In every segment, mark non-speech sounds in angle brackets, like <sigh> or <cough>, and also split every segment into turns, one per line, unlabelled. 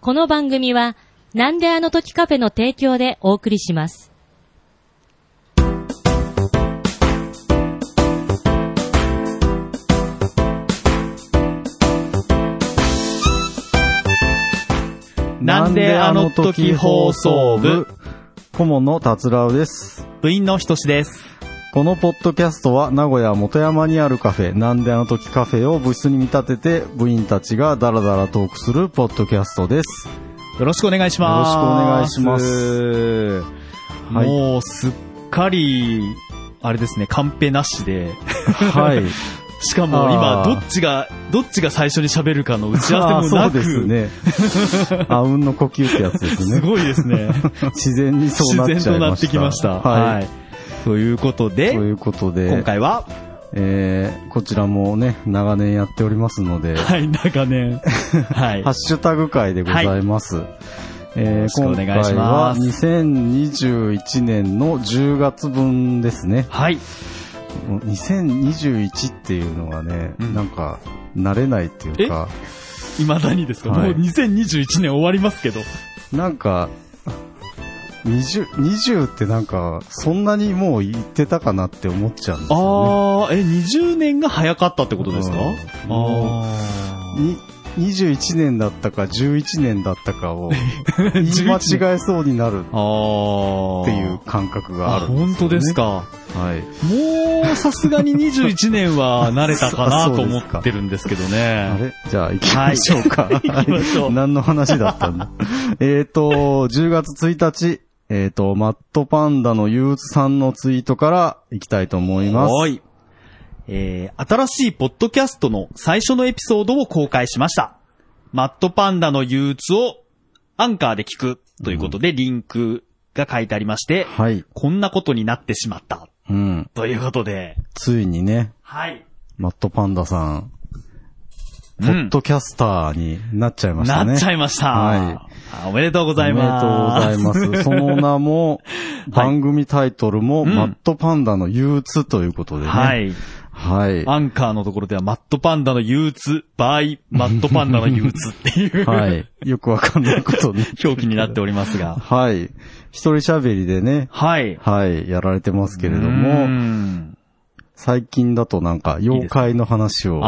この番組は、なんであの時カフェの提供でお送りします。
なんであの時放送部、
顧問の達郎です。
部員のひとしです。
このポッドキャストは名古屋元山にあるカフェ、なんであの時カフェを部室に見立てて部員たちがダラダラトークするポッドキャストです。
よろしくお願いしま
よろ
す。
し
くお願いします。
はい
もうすっかり、あれですね、カンペなしで、
はい。
<laughs> しかも今、
あ
ど
ー
っちが、どっちが最初に喋るかの打ち合わせも
あ
な
ーそう
く、
ですね。
<laughs>
あうんの呼吸ってやつです
す
ね。
ごいですね。
自然に <laughs> そうなっ
自
ちゃいました。
然となってきました。
はい。
はい。ということで
と、いうことで、
今回は、
えー、こちらもね、長年やっておりますので、
はい、長年、は
<laughs>
い
ハッ。シュタグ会でございます。えー
よろ
今
しくお
回
願いしま
は
す
2021年の10月分ですね。
はい。
もう2021っていうのはね、
うん
なんか、慣れないっていうか、
未だにですか、
はい
もう2021年終わりますけど。
なんか、20、20ってなんか、そんなにもう言ってたかなって思っちゃうんですよね。
あー、え、20年が早かったってことですか、
うん
あー。
に21年だったか11年だったかを言い間違えそうになる
あー。
っていう感覚が
あ
あるん
本当ですか。
です。はい。
もう、さすがに21年は慣れたかな
そうそ
と
う
思
ですか
ってるんですけど
あ
ね。
れじゃあ行きましょうか。
<laughs> 行きましょう
何の話だったんだ <laughs> えっと、10月1日、えっ、と、マットパンダの憂鬱さんのツイートから行きたいと思います。
はい。えー、新しいポッドキャストの最初のエピソードを公開しました。マットパンダの憂鬱をアンカーで聞くということでリンクが書いてありまして、
はい。
こんなことになってしまった
うん。
ということで、
ついにね、
はい。
マットパンダさん、
うん
ポッドキャスターになっちゃいましたね。
なっちゃいました。
は
あおめでとうございます。
おめでとうございま
<laughs>
す。その名も、番組タイトルも、
うん
マットパンダの憂鬱ということでね。
はい。
はい。
アンカーのところでは、マットパンダの憂鬱、by マットパンダの憂鬱っていう、
はい。よくわかんないことね。
表記になっておりますが。
はい。一人喋りでね、
はい。
はい、やられてますけれど
うー
も、
ん
最近だとなんか、妖怪の話を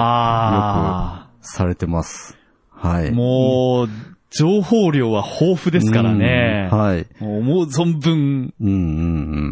あ
されてます。はい。
あ、もう、情報量は豊富ですからね。
うんはい。
もう思う存分、
うんうんう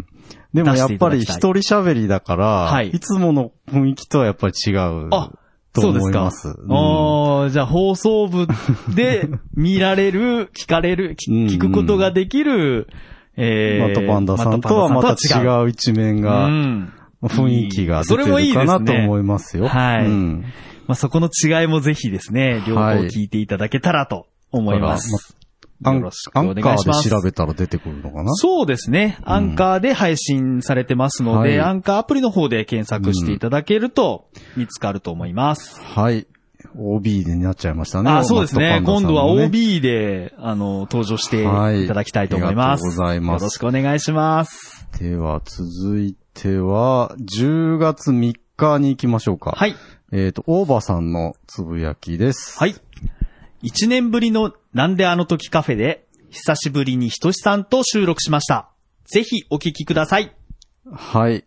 ん。でもやっぱり
出して
一
いた
人喋りだから、
はい
い、つもの雰囲気とはやっぱり違う
あ
と
そうで
思
す
い
か。
ます。うん
あーじゃあ放送部で見ら
<laughs>
れる、聞かれる、き
うんうん
聞くことができる、え
マ
ー
ットパンダさんとはまた違う一面
う
が、
ん
雰囲気が出て
それもい
る
いで
か
す
なと
ね
思いますよ。
はい
うん
まあ、そこの違いもぜひですね、両方
はい
聞いていただけたらと思います。
アン
よろしくお願いします
アンカーで調べたら出てくるのかな
そうですね。アンカーで配信されてますので、
はい
アンカーアプリの方で検索していただけると見つかると思います。
はい。OB になっちゃいましたね。
あ、そうですね。
マットパンダ
今
さん
度は
もね
OB で、あの、登場していただきたいと思いま
はいありが
す。
とうございます
よろしくお願いします。
では、続いては、10月3日に行きましょうか。。
はいい。
えっ、と、大場さんのつぶやきです。
はい。一年ぶりのなんであの時カフェで、久しぶりにひとしさんと収録しました。ぜひお聞きください。
はい。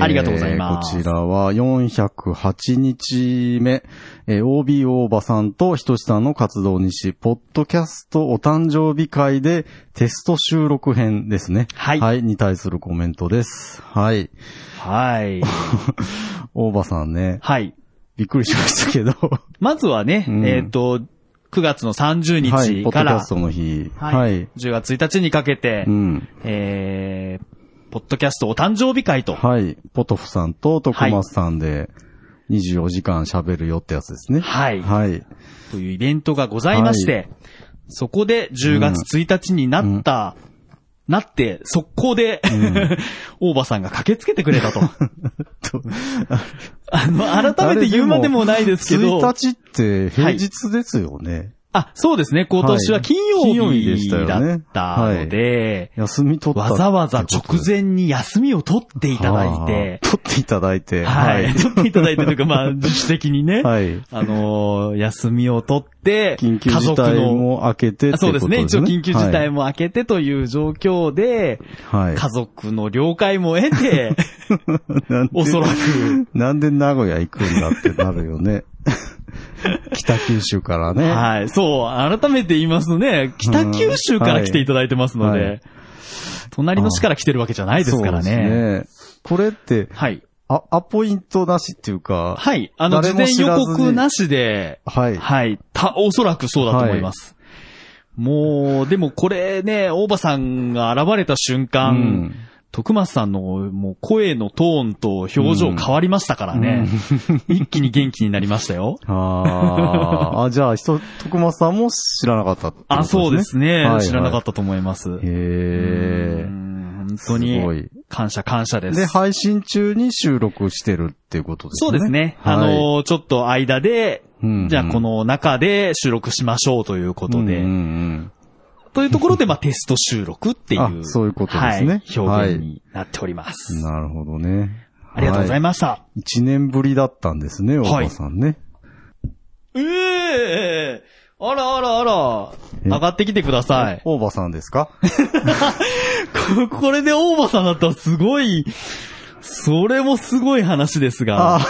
ありがとうございます
えーこちらは408日目、えー OB 大場さんとひとしさんの活動にし、ポッドキャストお誕生日会でテスト収録編ですね。
はい
はい、に対するコメントです。はい。
はい。
大場さんね、
<laughs> はい。
びっくりしましたけど。
まずはね、
うん
えっ、と、9月の30
はい、ポ
日
ッド
か
キャ
ら
ス、トの日。
はい10月1日にかけて、
うん。
えー、ポッドキャストお誕生日会と、は
はい。ポトフさんと徳松さんで24時間喋るよってやつですね。
い、
はい。
というイベントがございまして、そこで10月1日になった、なって、速攻で、 <laughs> 大場さんが駆けつけてくれたと。 <laughs> あの、改めて言うまでもないですけど、
1日って平日ですよね。
あ、そうですね。今年は金
金曜
曜
日でし
日
たよ
だ
ね
ったので、
休み取った
わざわざ直前に休みを取っていただいて、
取っていただいて。
はい。取っていただいてというか、まあ、自主的にね。
はい。
あのー休みを取って、
緊急事
家
態
族の
も明けてって
あ
こと
そうですね。一応緊急事態
も。
も明けてという状況で、
はい。
家族の了解も得
<laughs>
て、
なんで
おそらく。
なんで名古屋行くんだってなるよ
<laughs>
ね。北九州からね。
はい。そう、改めて言いますとね、北九州か
は
ら
い
来ていただいてますので、
はい
隣の市から来てるわけじゃないですから
そう
ね。
ですねこれって、
はい。
あ、アポイントなしっていうか、
はい。あの、
誰
事
も
前
知
予
らずに
告なしで、
はい。
はい。た、おそらくそうだと思います。もう、でもこれね、大場さんが現れた瞬間、
うん
徳松さんのもう声のトーンと表情変わりましたからね。 <laughs> 一気に元気になりました
<laughs>
よ。
あー
<laughs>
あ、じゃあ、人、徳松さんも知らなかったってこと
あ、そうですね。
はいはい
知らなかったと思います。
へえ
う。ん本
す
当
ご
に
い。
感謝感謝です。
で、配信中に収録してるっていうことですね。
そうですね。
はい
あのー、ちょっと間で、
うんうん
じゃあこの中で収録しましょうということで、
うんうん
というところで、まあ <laughs> テスト収録ってい
あ
う、
そういうことですね
はい、表現になっております。
うんなるほどね。
ありがとうござい
ま
ました。
す。一年ぶりだったんですね、
はい
大場さんね。
ええあらあらあら。
え
上がってきてください。
大場さんですか
<laughs> こ <laughs> これで大場さんだったらすごい、それもすごい話ですが。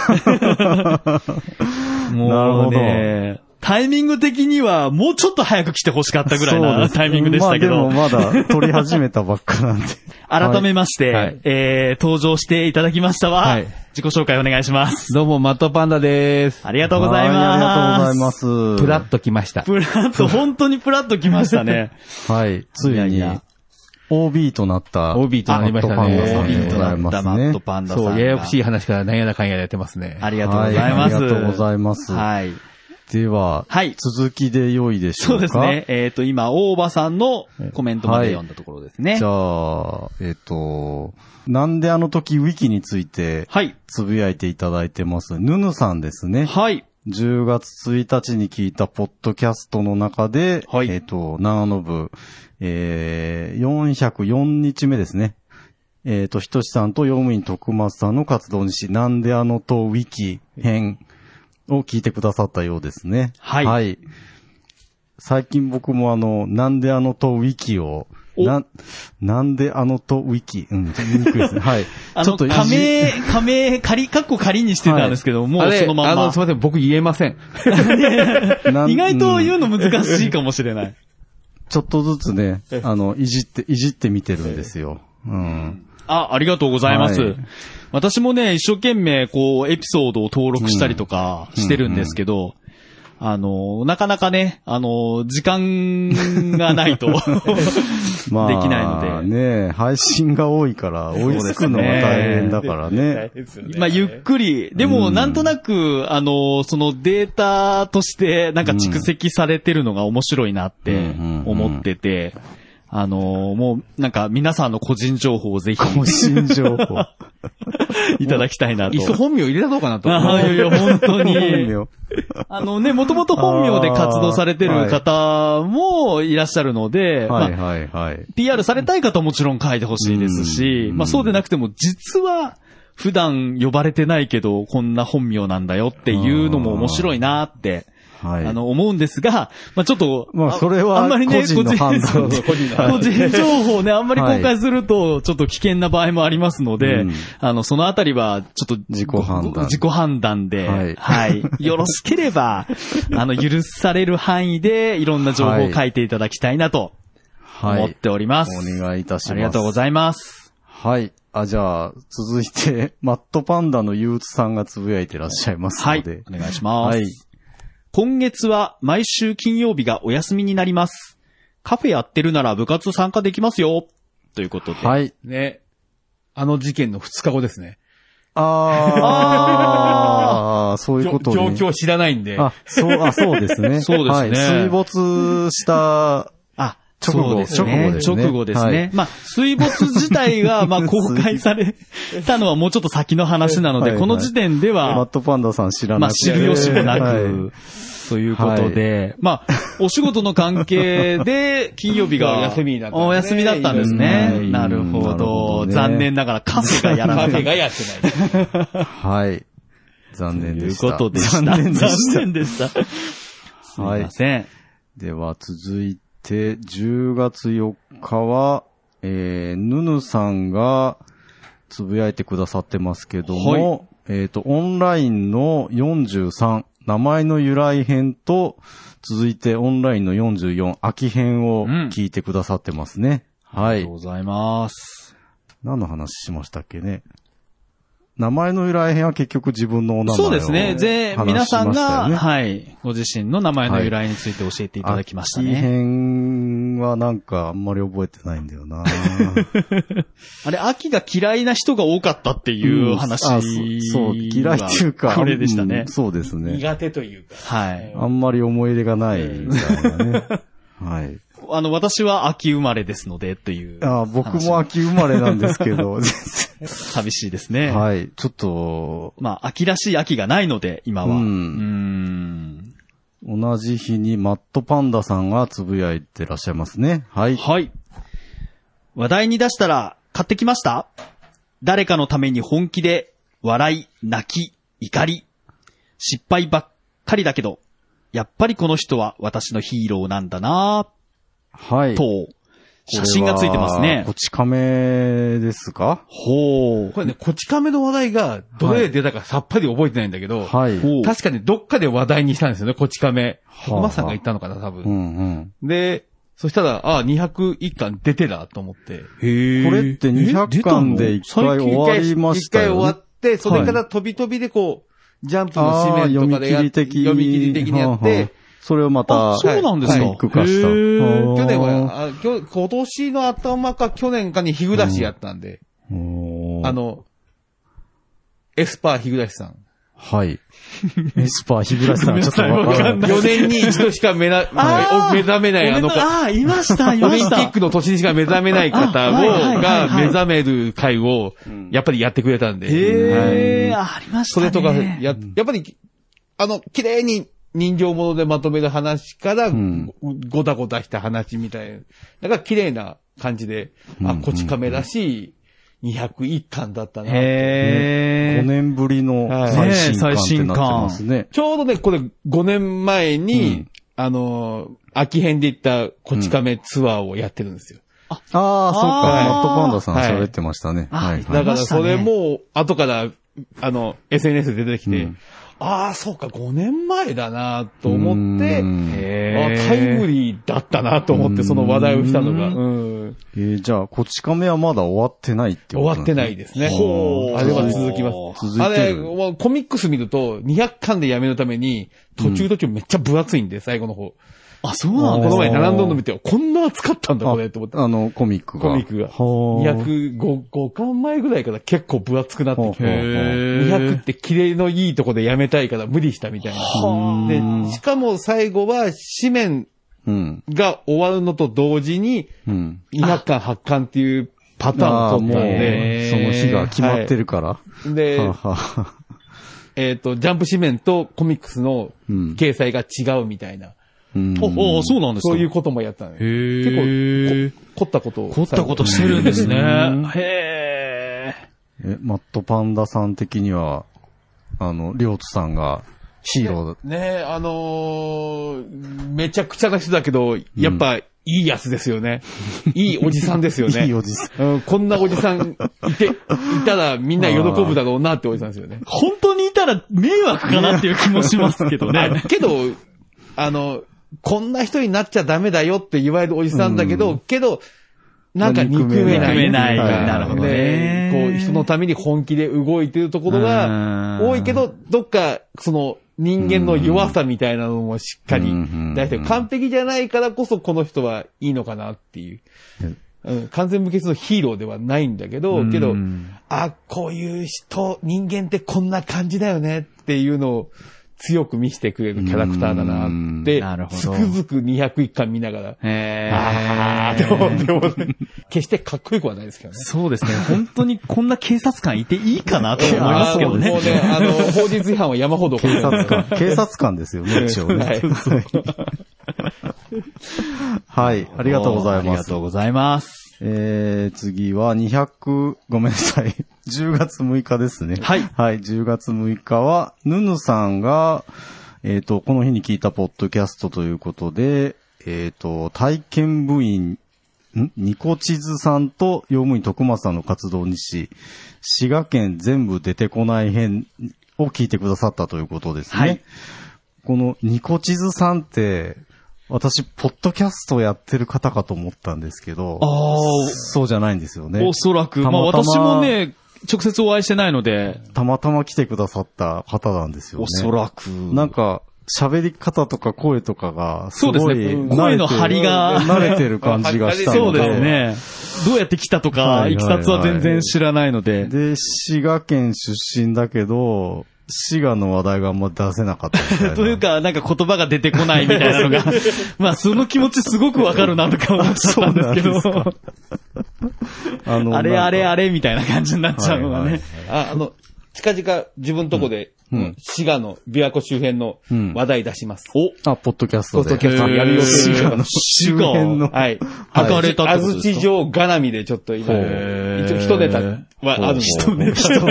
もうね、タイミング的にはもうちょっと早く来てほしかったぐらい
そうで
な
す
タイミングでしたけど、
まあでもまだ撮り始めたばっかなんで。
改めまして、
はい
えー、登場していただきましたは、
はい
自己紹介お願いします。
どうも、マットパンダです。
ありがとうございます。。
はいありがとうございますす。
プラッと来ました。
プラッと、本当にプラッと来まし
<laughs>
たね。
はい。ついに、
いやいや
OB となった。
OB となりましたね
マットパンダさん
OB
で
と
ござ
ない
ま
った
す
マ
ね。
ットパンダさん
そ
が。
う、ややこしい話からなんやらかんやらやってますね。
ありがとうございます。
はいありがとうございます。
はい。
では、
はい
続きで良いでしょ
そうう
か
ですね。。えっ、と、今、大場さんのコメントまで読んだところですね。
じゃあ、えっ、と、なんであの時ウィキについて
はい。
つぶやいていただいてます。ぬぬさんですね。
はい。
10月1日に聞いたポッドキャストの中で、
はい
えっ、と、長野部、えー、404日目ですね。えっ、と、ひとしさんと用務員徳松さんの活動にし、なんであのとウィキ編を聞いてくださったようですね。
はい
最近僕もあの、なんであのとウィキを、
お
な、なんであのとウィキ、うん、言いにくいですね。はい。
<laughs> あ
ちょ
の、
っといじ
仮
<laughs>
名、仮名、仮、カッコ仮にしてたんですけど、も
あ
う
れ
そのま
あ
んま
の、す。みません、僕言えません。
なん
意外と
うん
言うの難しいかもしれない。
ちょっとずつね、あの、いじって、いじってみてるんですよ。うん。
<laughs> あ、ありがとうございます。
はい
私もね、一生懸命、こう、エピソードを登録したりとかしてるんですけど、あの、なかなかね、あの、時間がないと。
<laughs> まあ、
できないので
ね配信が多い
<laughs>
から、追いつくのが大変だからね。
まあ、ゆっくり。でも、なんとなく、あの、そのデータとして、なんか蓄積されてるのが面白いなって
うん
思ってて、あの、もう、なんか、皆さんの個人情報をぜひ
個人情報。
<laughs> いただきたいなと
いっ。そ本名入れたろうかなと。
あーいやいや、本当
本
に。
名
あのね、もともと本名で活動されてる方もいらっしゃるので、ま
はい
あ
はいはい。
PR されたい方はもちろん書いてほしいですし、
うん
まあそうでなくても実は普段呼ばれてないけどこんな本名なんだよっていうのも面白いなって、
はい。
あ、の思うんですが、まあちょっと、
まあそれは
あんまりね、
個人の判断で
個人
<laughs>
個人個人情報をね、あんまり公開するとちょっと危険な場合もありますので、
うん
あの、そのあたりはちょっと
自己判断
自己判断で、
はい
はい。よろしければ、あの、許される範囲でいろんな情報を書いていただきたいなと
は
思っ
い。
ております。
お願いいたします。
ありがとうございます。
はい。あ、じゃあ、続いて、 <laughs> マットパンダの憂鬱さんがつぶやいてらっしゃいます
は
の
い
で。。
お願いします。
はい
今月は毎週金曜日がお休みになります。カフェやってるなら部活参加できますよ。ということで。
はい。
ね。あの事件の2日後ですね。
ああ、そういうこと
状
に。
況を知らないんで。
あ、そう、あ、そうですね。
<laughs> そうで
は
すね
い、水没した、
あ、
直後
そうです
直後
ね。
ですね
直後ですね。
はい
まあ、水没自体
<laughs>
が、まあ、公開されたのはもうちょっと先の話なので、
はい
この時点で
マッ
は、
トパンダさん知ら
ま
な
あ、
くて
知る由もなく、
はい
ということで、まあ、お仕事の関係で、金曜日が、
お休みだったんですね
お休みだ
う
ったんですね。
ん
なるほ
なるほど
ど。
ね
残念ながらカフェがやら
カ
な
フ
かっ
ェ
た。
がやってない。
はい。残
と
念
い
で
う
した。
ことでした。
残念でした。
でした。すい
はい
ません。
では続いて、10月4日は、えー、ぬぬさんがつぶやいてくださってますけども、えっ、と、オンラインの43、名前の由来編と、続いてオンラインの44、秋編を聞いてくださってますね。は
あり
い
がとう。ございます。
何の話しましたっけね。名前の由来編は結局自分のお名前を
そうですね。で、皆さん
話しましたよ
が、
ね
はい、ご自身の名前の由来について教えていただきましたね。
編はなんかあんまり覚えてないんだよな
あれ、秋が嫌いな人が多かったって <laughs> いう話、
あそうそう、嫌いっていうか。
これでしたね
うん。そうですね。
苦手というか。
はい。
あんまり思い入れがないみたいなね。
<laughs>
はい。
あの、私は秋生まれですので、という。
あ僕も秋生まれなんですけど、
寂しいですね。
はい。ちょっと、
まあ、秋らしい秋がないので、今は。
うん
ん
同じ日にマットパンダさんがつぶやいてらっしゃいますね。はい。
はい。話題に出したら、買ってきました誰かのために本気で、笑い、泣き、怒り。失敗ばっかりだけど、やっぱりこの人は私のヒーローなんだな
はい。
ぁ、と、写真がついてます
これは
ね
こ。ち亀ですか
ほう
こ。れね、こち亀の話題がどれで出たかさっぱり覚えてないんだけど、
はい。う
ほう
確かにどっかで話題にしたんですよね、こち亀。
あはあ
徳松さんが言ったのかな、多分。
んうん。
で、そしたら、ああ、201巻出てたと思っ
へ
て。
これって200巻で一回終わりましたよ、ね。
一回終わって、それから飛び飛びでこう、ジャンプの紙面とかでやっ
あー読み切り的に
読み切り的にやっ
はんはん
て、
それをまた、
あそうなんですか
はい肉化した。
へー
去年は、あ今日今年の頭か去年かに日暮らしやったんで、
おー
あ、の、エスパー日暮らしさん。
はい。エスパー日暮さんはちょっとわからない。
4年に一度しか
<laughs>
目な
あー
目覚めないあの子。
ああ、いました、い
オ
ま
リン
し
ピッ
た。
クの年にしか目覚めない
あ
方を、
はいはいはいはい
が目覚める会を、やっぱりやってくれたんで、
へえ、ありまし
そ
たね。
れとか、や、やっぱり、あの、綺麗に人形物でまとめる話から、
ん
ごたごたした話みたいな。だから綺麗な感じで、あ、こち亀らしい201巻だったな。
5
へえ。
年ぶりの
はい
最新刊
ねえ最
って
新
な
刊
ってますね。
ちょうどね、これ5年前に、
うん
あのー、秋編で行ったこち亀ツアーをやってるんですよ。
ああ、そうか。
はい
マットパンダさん
はい
喋ってましたね。
あ
はい。
な
は
だ
ん
い
からそれも、後から、あの、SNS で出てきて、
うん
ああ、そうか、5年前だなと思って、
うーん
あタイムリーだったなと思って、その話題をしたのが、うん
えーじゃあ、こち亀はまだ終わってないってこ
終
と
わ
ん
っ
で
て
すね
ないですね。
ほう
あれは続きます。
続いてる
あれ、もうコミックス見ると、200巻でやめるために、途中途中めっちゃ分厚いんで、最後の方。
あ、そうなんで
こ
す
の前
ね。
並んだの見て、こんな厚かったんだ、これ、と思って。
あの、コミックが。
コミックが。
ほー
205、5巻前ぐらいから結構分厚くなってきて。
へ
200ってキレのいいとこでやめたいから無理したみたいな。で、しかも最後は紙面
うん。
が終わるのと同時に、
うん。
200巻発巻っていうパターン
あー
を取
もう、
ったん
その日が決まってるから。
で、
は
で
あ、はあはあ
えっと、ジャンプ紙面とコミックスの
うん
掲載が違うみたいな、
うん
おおそうなんですか。
そういうこともやったのよ。
へえ
結。構、凝ったことを。
凝ったことしてるんですね。へえ。
え、マットパンダさん的には、あの、りょうつさんがヒーロー
ねえ、あのーめちゃくちゃな人だけど、やっぱ、いいやつですよね。いいおじさんですよ
だ。<laughs>
ね。
いいおじさん。
うん、こんなおじさんいて、いたらみんな喜ぶだろうなっておじさんですよね。
本当にいたら迷惑かなっていう気もしますけ <laughs> どね。
けど、あの、こんな人になっちゃダメだよって言われるおじさんだけど、けど、なんか憎めな
憎
い。
めない
は
なるほどね
でこう、人のために本気で動いてるところが
うん
多いけど、どっか、その、人間の弱さみたいなのもしっかり
うん
出してる、完璧じゃないからこそこの人はいいのかなっていう。うん、完全無欠のヒーローではないんだけど、けど、あ、こういう人、人間ってこんな感じだよねっていうのを強く見せてくれるキャラクターだなって、
うんなるほど
つくづく201巻見ながら、
え
あーって思ってもね、決してかっこよくはないですけどね。
そうですね。本当にこんな警察官いていいかなと思いますけど
あーもうね、
ね。
あの、法律違反は山ほど。
警察官、警察官ですよね、一応ね。
<laughs> はい
はい、ありがとうござい
あり
ま
が
す
と。うございます。
えー、次は200、ごめんなさい。10月6日ですね。
はい
はい、10月6日は、ヌヌさんが、えっ、と、この日に聞いたポッドキャストということで、えっ、と、体験部員、んニコチズさんと、用務員徳松さんの活動にし、滋賀県全部出てこない編を聞いてくださったということですね。
はい
このニコチズさんって、私、ポッドキャストやってる方かと思ったんですけど、
あー
そうじゃないんですよね。
おそらく、まあ
たまた
私
ま
もね、直接お会いしてないので、
たまたま来てくださった方なんですよね。
おそらく。
なんか、喋り方とか声とかが、す
そう
ごい
ですね
慣れてる
声の張りが
慣れてる感じがした
そ
の
う
で。
ですね。どうやって来たとか、
はいはいはい
いきさつは全然知らないので。
で、滋賀県出身だけど、滋賀の話題があんま出せなかったみたいな。
<laughs> というか、なんか言葉が出てこないみたい
<laughs>
なのが、まあその気持ちすごくわかるなとか思っちゃったんですけ
そうなん
ど、
あの
<laughs> あれあれあ
れ。
れみたいな感じになっちゃうのが
はいは
ね
い。
ああの、近々自分とこで、
ん
滋賀の琵琶湖周辺の話題出します。
あ、ポッドキャストで。
ポッドキャストやる予定
滋賀の <laughs> 周辺の。
はい。
<laughs> はかれたって
あ
こと
ず
ですか
ち城絡みでちょっと今、
へー
一応一ネタはあるんで。
人ね、
人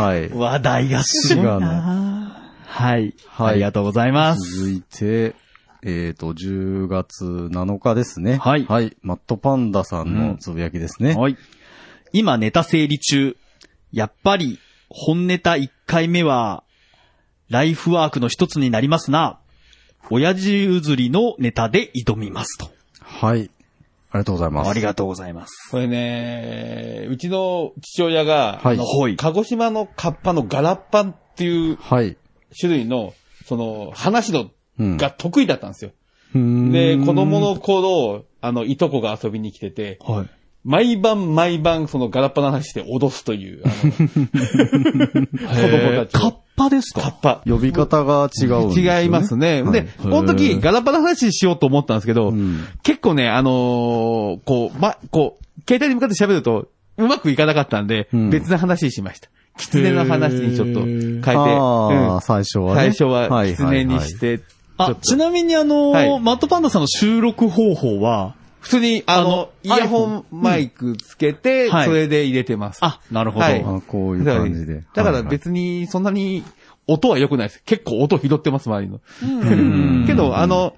はい。
<laughs> 話題がすごい
違う
なはい。ありがとうございます。
続いて、えっ、と、10月7日ですね。
はい
はい。マットパンダさんのつぶやきですね。
はい。今ネタ整理中。やっぱり、本ネタ1回目は、ライフワークの一つになりますな。親父譲りのネタで挑みますと。
はい。ありがとうございます。
ありがとうございます。
これね、うちの父親が、
はい
あの
はい
鹿児島のカッパのガラッパンっていう
はい。
種類の、その、話の
うん
が得意だったんですよ。
で
で、子供の頃、あの、いとこが遊びに来てて、
はい。
毎晩毎晩、そのガラッパの話で脅すという、あの子供たち
カッ
を。
パです
カッ
か
パ。
呼び方が違うんですよ、
違いますね。
はい
で、この時、、ガラパの話しようと思ったんですけど、
うん
結構ね、あのーこう、ま、こう、携帯に向かって喋ると、うまくいかなかったんで、
うん
別の話にしました。狐の話にちょっと変えて、
ああ、
うん
最初はね。
最初は狐に
は
し
い
て、ちょ
あ
っ、と
ちなみにあのー
はい
マットパンダさんの収録方法は、
普通に、あの、イ
あの
ヤホンマイクつけて、
うんはい
それで入れてます。
あ、なるほど。
はい
あこういう感じで。
だから
はいはい
別に、そんなに、音は良くないです。結構音拾ってます、周りの。けど、あの、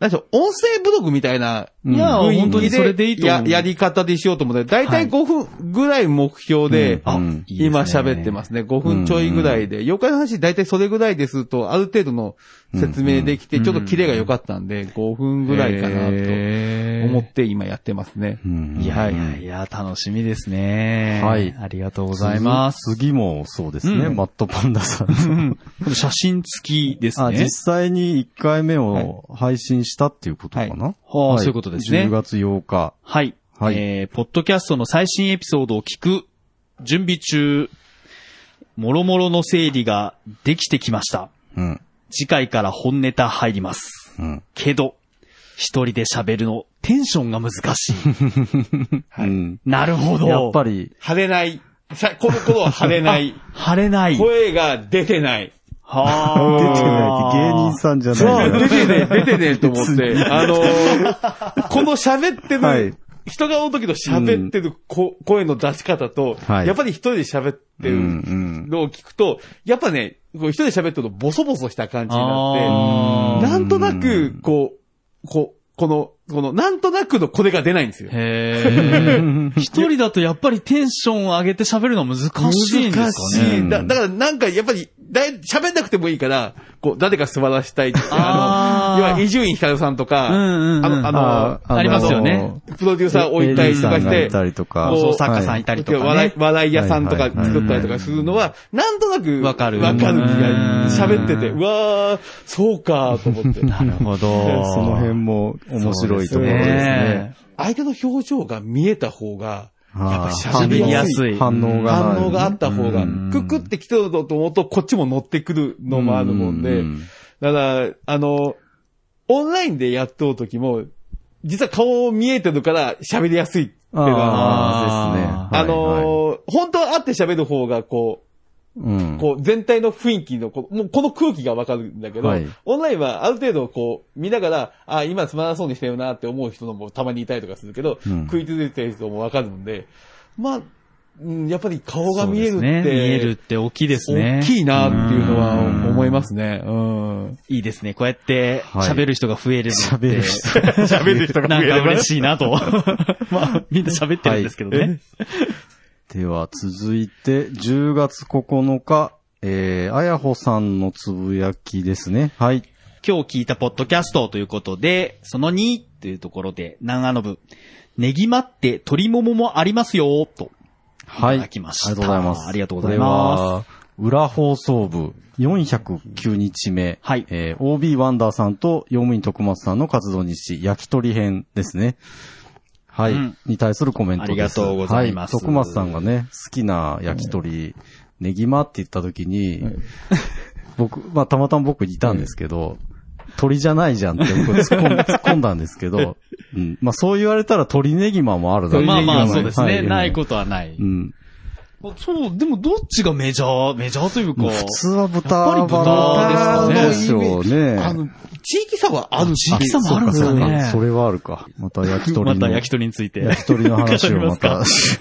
なんでしょう、音声ブログみたいな、
いや、
雰囲気
本当にそれでいいと思
や
う。
やり方でしようと思って、だいたい5分ぐらい目標で、
あ、
うん
いいですね
今喋ってますね。5分ちょいぐらいで。妖怪の話、だいたいそれぐらいですと、ある程度の説明できて、ちょっとキレが良かったんで、5分ぐらいかなと
へー
思って今やってますね。
うん
いやいやいや、楽しみですね。
はい
ありがとうございます。
次次もそうですね、
うん
マットパンダさん。
写真付きです
あ、
ね
実。際に1回目を配信したっていうことかな、はい
はあそういうことですね
10月8日。
はい。
はい
えー、ポッドキャストの最新エピソードを聞く、準備中、もろもろの整理ができてきました。
うん。
次回から本ネタ入ります。
うん。
けど、一人で喋るの、テンションが難
<laughs>
しい。
うん。
なるほど。
やっぱり、
腫れない。さこの頃は腫れ
<laughs>
ない。
晴れない。
声が出てない。
は
出
あ
てないって芸人さんじゃ
そ、
ないうから
出てねえ、出てねえと思 <laughs> って。あのー <laughs> この喋ってる、
はい
人がおる時の喋ってるこ、声の出し方と、
はい
やっぱり一人で喋っ
う
てる
ん
のを聞くと、やっぱね、こう一人で喋ってるとボソボソした感じにな
あ
っ
ー
て、なんとなく、こう、こう、この、この、なんとなくのこれが出ないんですよ。
へ
う
ー
<laughs> ん。
一人だとやっぱりテンションを上げて喋るの難しいんですか
難し
ね。
いだだからなんかやっぱり、だい喋んなくてもいいから、こう、誰か座らしたいって、
あ
あ
ー
の、要は伊集院光さんとか、
うんうんうん
あの、あの
あー
ありますよ
あ
ね
の。
プロデューサー置いたりとか
エリーさん
し
が
て、
いたりとか。
こう
作家さ
は
ん
い <laughs>
いたりとか、ね。
笑い笑い屋さんとか
はいはいはい
作ったりとかするのは、なんとなく
わかる
わかる気が、
うん
喋ってて、うわー、そうかーと思って。
なるほど。
その辺も面白いところですね。
相手の表情が見えた方が、
はい
やっぱしゃ
べりやすい
反応がない。
反応があった方が、
うん
ククって来てるのと思うと、こっちも乗ってくるのもあるもんで、
うん
だから、あの、オンラインでやっとう時も、実は顔見えてるから喋りやすいっていうのは、
あ
あ
あ、ですね。
の本当は会って喋る方が、こ、
はいはいうん
こう、全体の雰囲気の、こうもうこの空気がわかるんだけど、
はい
オンラインはある程度こう、見ながら、あ、今つまらなそうにしてるなって思う人のもたまにいたりとかするけど、
うん
食いついてる人もわかるんで、まあ、うんやっぱり顔が
そう
見え
で
る
す
って、
ね。見えるって大きいですね。
大きいなっていうのは
うん
思いますね。うん。
いいですね。こうやって
はい
喋る人が増えるのって。
喋る人
喋る人が増える。 <laughs> なんか嬉しいなと。まあ、みんな喋ってるんですけど
は
ね
い。では続いて、10月9日、えー、あやほさんのつぶやきですね。はい。
今日聞いたポッドキャストということで、その2というところで、長野部、ネギまって鶏もももありますよ、と。
はい。
いただきました
ありがとうございます。。
ありがとうございます
裏放送部409日目。
はい
えー OB ワンダーさんと用務員徳松さんの活動日、焼き鳥編ですね。はい。
うん
に対するコメントです。
ありがとうございます
はい、徳松さんがね、好きな焼き鳥、ネギマって言った時に、僕、まあ、たまたま僕いたんですけど、鳥じゃないじゃんって僕突っ
<laughs>
込ん突っ込んだんですけど、うん、まあそう言われたら鳥ネギマもあるだろ
まあまあ、そうですね。
はい
ないことはない、
うん。
そう、でもどっちがメジャー、メジャーというか。
普通は豚バ
やっぱ
ラで
り豚です
かね
よね。
あの、地域差はあるし。
あ地域差もあるんですよね
そうかそれはあるか。また焼き鳥の。
また焼き鳥について。
焼き鳥の話をま
語
た
ります。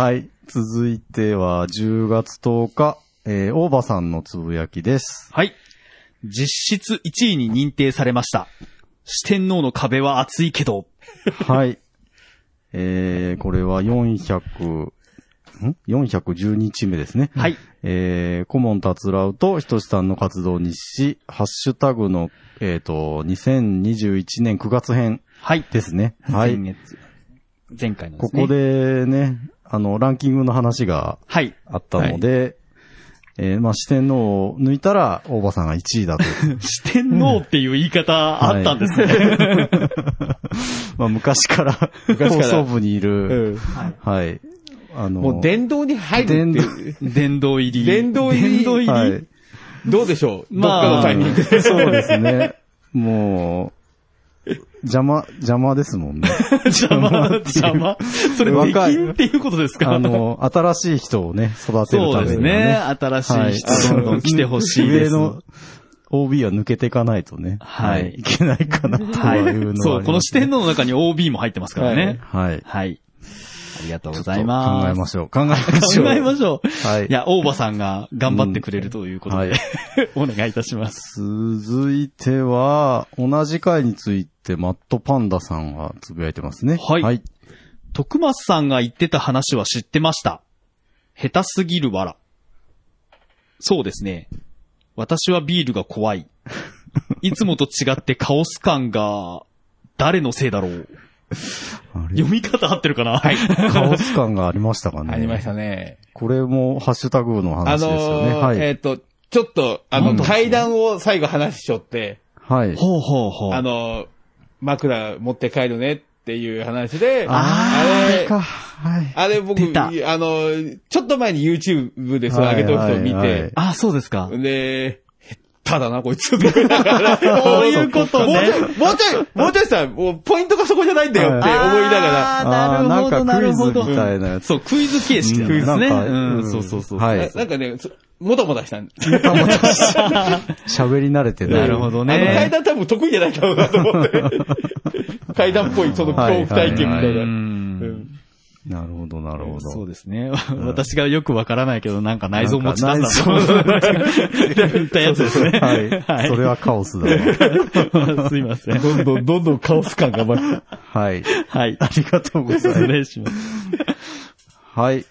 はい。続いては10月10日、えー、大場さんのつぶやきです。
はい。実質1位に認定されました。四天王の壁は厚いけど。
はい。えー、これは400、ん ?410 日目ですね。
はい。
えー、顧問たつらうと、ひとしさんの活動日誌、ハッシュタグの、えっ、と、2021年9月編
はい。
ですね。はい。
前月。前回ので
こ
すね。
こ。でね、あの、ランキングの話が
はい。
あったので、えーまあ、四天王を抜いたら、大場さんが1位だと。
四天王っていう言い方あったんですね。
まあ、昔から、放送部にいうる、
ん
はい。あの、
もう電動に入るっていう。
殿堂入り。
殿堂入り
殿堂入り。
はい。
どうでしょ
<laughs>
う
まあ
どっかのタイミングで。
そうですね。もう、邪魔、邪魔ですもんね。
<laughs> 邪魔、邪魔。それ、で
若い
きんっていうことですか
あの、新しい人をね、育てる
そ
た
う
め
です
には
ね。
ね。
新しい
はい
人どんどん来てほしいで
<laughs> 上
す。
の OB は抜けていかないとね。
はい
いけないかなというのはありますね、
そう、この四天王の中に OB も入ってますからね。
はい。
はい。ありがとうご
考
ざ
え
います。
ましょう。考えましょう。
考えましょう。
はい
いや、大場さんが頑張ってくれるということ
は
で
い、
<laughs> お願いいたします。
続いては、同じ回について、マットパンダさんがつぶやいてますね。
はい徳松さんが言ってた話は知ってました。下手すぎるわら。そうですね。私はビールが
<laughs>
怖い。いつもと違ってカオス感が、誰のせいだろう。
あれ
読み方合ってるかなはい。
カオス感がありましたかね。
ありましたね。
これも、ハッシュタグの
あ
話です
の
よね。は
ー、え
い。
っと、ちょっと、あ
なん
の、
だ
階段を最後話しちょって、
はい。
<laughs> ほうほうほう。
あ、の、枕持って帰るねっていう話で、
あー
あ
あれ
れ
か。、はい。
あれ僕、
出た
あの、ちょっと前に YouTube でそれ上げてる人を見
はいはいはい
て、
あ、そうですか。
で、下手だな、こいつ。そ
<laughs>
ういう
ことね
もうちょい、もうちょい、もうちょいさ、もうポイントがそこじゃないんだよって思いながら、
あーなるほど、なるほ
あーなんかクイズみた
ど。
いなやつ。
そう、クイズ形式なんですね。
なんか
うん、そうそうそう。
は。
ないなんかね、そもたもたしたんです。
喋り慣れてない。
なるほど
あの階
ね。
段多分得意じゃないだろうなと思
<laughs>
って。階段っぽい、その恐怖体験みた
はいはい
な。
う
うん
ん
なるほど、なるほ
そう
ど。
ですね。 <laughs> 私がよくわからないけど、なんか内臓持ち出すな
な
そう言ったやつですね。 <laughs>
はい。それはカオスだわ。
は。すいません。
どんどん、どんどんカオス感が増して。
はい。
はい。
ありがとうございます
失。礼します。
はい。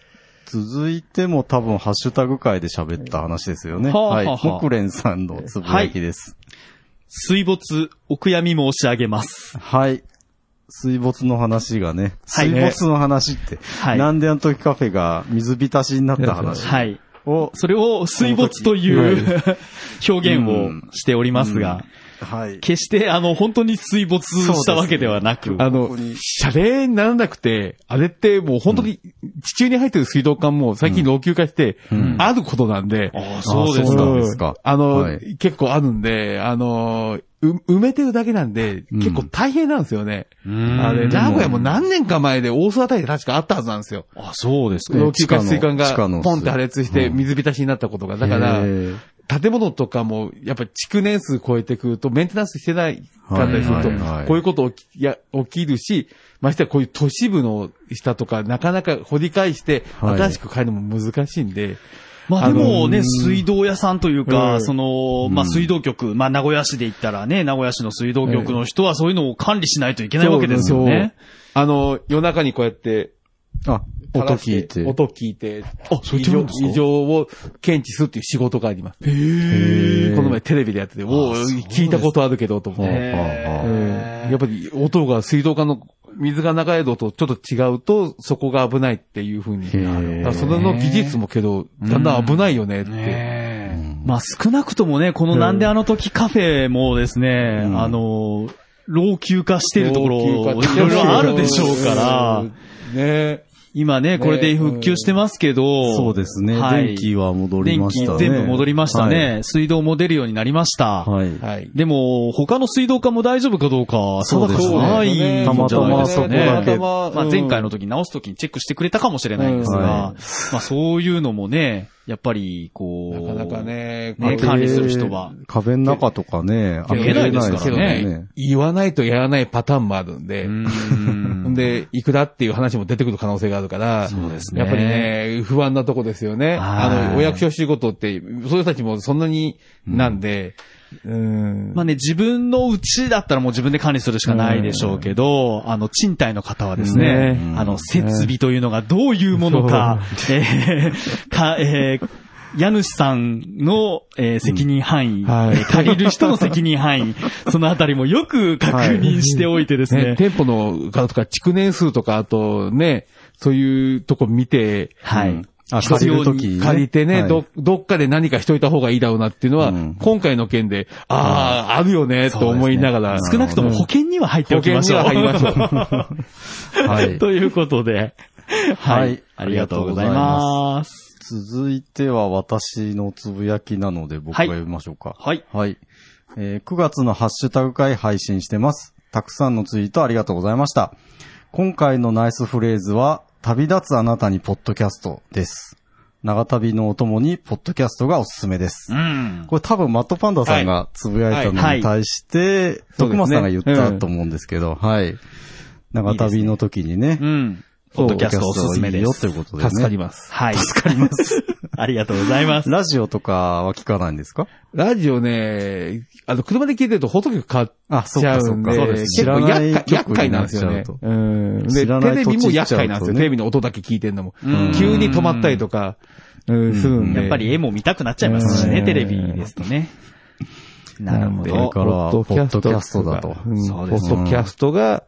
続いても多分ハッシュタグ会で喋った話ですよね。
はあ
はい
はあ。はあ
木蓮さんのつぶやきです。
水没、お悔やみ申し上げます。
はい。水没の話がね。
はい
水没の話って。
はい
なんであの時カフェが水浸しになった話
はい。
を。
それを水没という表現をしておりますが、
はい。
決して、あの、本当に水没したわけではなく、
あ
ここ
の
に、
謝礼にならなくて、あれってもう本当に地中に入ってる水道管も最近老朽化して、あることなんで、
ああ、
そ
そうう
です
です
か
か。
そうですか
あの、
はい
結構あるんで、あの、う埋めてるだけなんで、
うん
結構大変なんですよね。
うん
あれ、
じゃ
名古屋も何年か前で大須あたりで確かあったはずなんですよ。
あ、そうですか。
え
老
地
朽化
下の
水管
地下の
がポンって破裂して
うん
水浸しになったことが。だか
へ、
ら
ー
建物とかも、やっぱり築年数超えてくると、メンテナンスしてないかったりすると
はいはいはい、
こういうこと起き、いや、起きるし、ましてやこういう都市部の下とか、なかなか掘り返して、
はい
新しく変えるのも難しいんで、
まあでも
あ
ね、
の
水道屋さんという
う
か、
ん
その、まあ水道局、まあ名古屋市で言ったらね、名古屋市の水道局の人はそういうのを管理しないといけないわけですよね。
そう。あの、夜中にこうやって、
あ、音聞いて。
音聞いて、
あ、そう言
異
ってる
常
んですか
異常を検知するっていう仕事があります。こ
へー
の前テレビでやってて、おお
そうです
聞いたことあるけど、と思っ
へ
て。え
ー
ーやっぱり音が水道管の水が流れるのとちょっと違うと、そこが危ないっていうふうに。
へ
だ
ー
からそれの技術もけど、だんだん危ないよねって。
ねえまあ少なくともね、このなんであの時カフェもですね、
うん
あの、老朽化してるところ、
老朽化
いろいろあるでしょうから、。
ね
今ね、これで復旧してますけど、
そうですね。
はい
電気は戻りましたね。
電気全部戻りましたね。水道も出るようになりました。
はい。はい。
はい。
でも、他の水道管も大丈夫かどうか、
そうですね
定かじゃないんじゃないですか
た
ね。
またまそこだけ
まあ、前回の時直す時にチェックしてくれたかもしれないんですが、
うん
ま
は
あそういうのもね、やっぱり、こう、
なかなかね、
ね
こう
管理する人は。
壁の中とかね、
け
開けれないですよ
けな
ね。
言わないとやらないパターンもあるんで。
うん
<laughs> で、いくらっていう話も出てくる可能性があるから、
そうですね
やっぱりね、不安なとこですよね。
はい
あの、お役所仕事って、そういう人たちもそんなになんで、うん。
まあね、自分のうちだったらもう自分で管理するしかないでしょうけど、あの、賃貸の方はですね、
ね
あの、設備というのがどういうものか、えー <laughs> か、えー家主さんの、えー責任範囲、
はい
えー借りる人の責任 <laughs> 範囲、そのあたりもよく確認しておいてですね。
ね、店舗の数とか、築年数とか、あとね、そういうとこ見て、
はい。
うんあ、借りるとき、
借りてね、
はい
ど、どっかで何かしといた方がいいだろうなっていうの
う
は、
ん
今回の件で、ああ、あるよね、と思いながら。
少なくとも保険には入っておきましょう。
保険には入りまし
<laughs>
はい
ということで、は
はい
い。ありがとうございます。
続いては私のつぶやきなので僕が読みましょうか。
はい。
はい。えー9月のハッシュタグ会配信してます。たくさんのツイートありがとうございました。今回のナイスフレーズは、旅立つあなたにポッドキャストです。長旅のお供にポッドキャストがおすすめです。
うん。
これ多分マットパンダさんがつぶやいたのに対して、
そうですね
徳松さんが言ったと思うんですけど、はい。長旅の時にね
う、ん。ポッドキャストおすすめで
ポッド
す。
キャストいいよということでね。
助かります。
はい。助かります。 <laughs> ありがとうございます。
ラジオとかは聞かないんですか
ラジオね、あの、車で聞いてると放送局変わっ
あ、そ
ちゃうんで、結構厄介、厄介なんですよね。うん。で、
知らない
テレビ
土
も厄介なんです
地行っちゃうと
よ。
ね
テレビの音だけ聞いてんのも
うん。
急に止まったりとか、うん、するんで。
やっぱり絵も見たくなっちゃいますし
う
ね、
ん
テレビですとね。なるほど
なので。
これからはポッドキャストだと
うん
そう
ポ
です
ッドキャストが、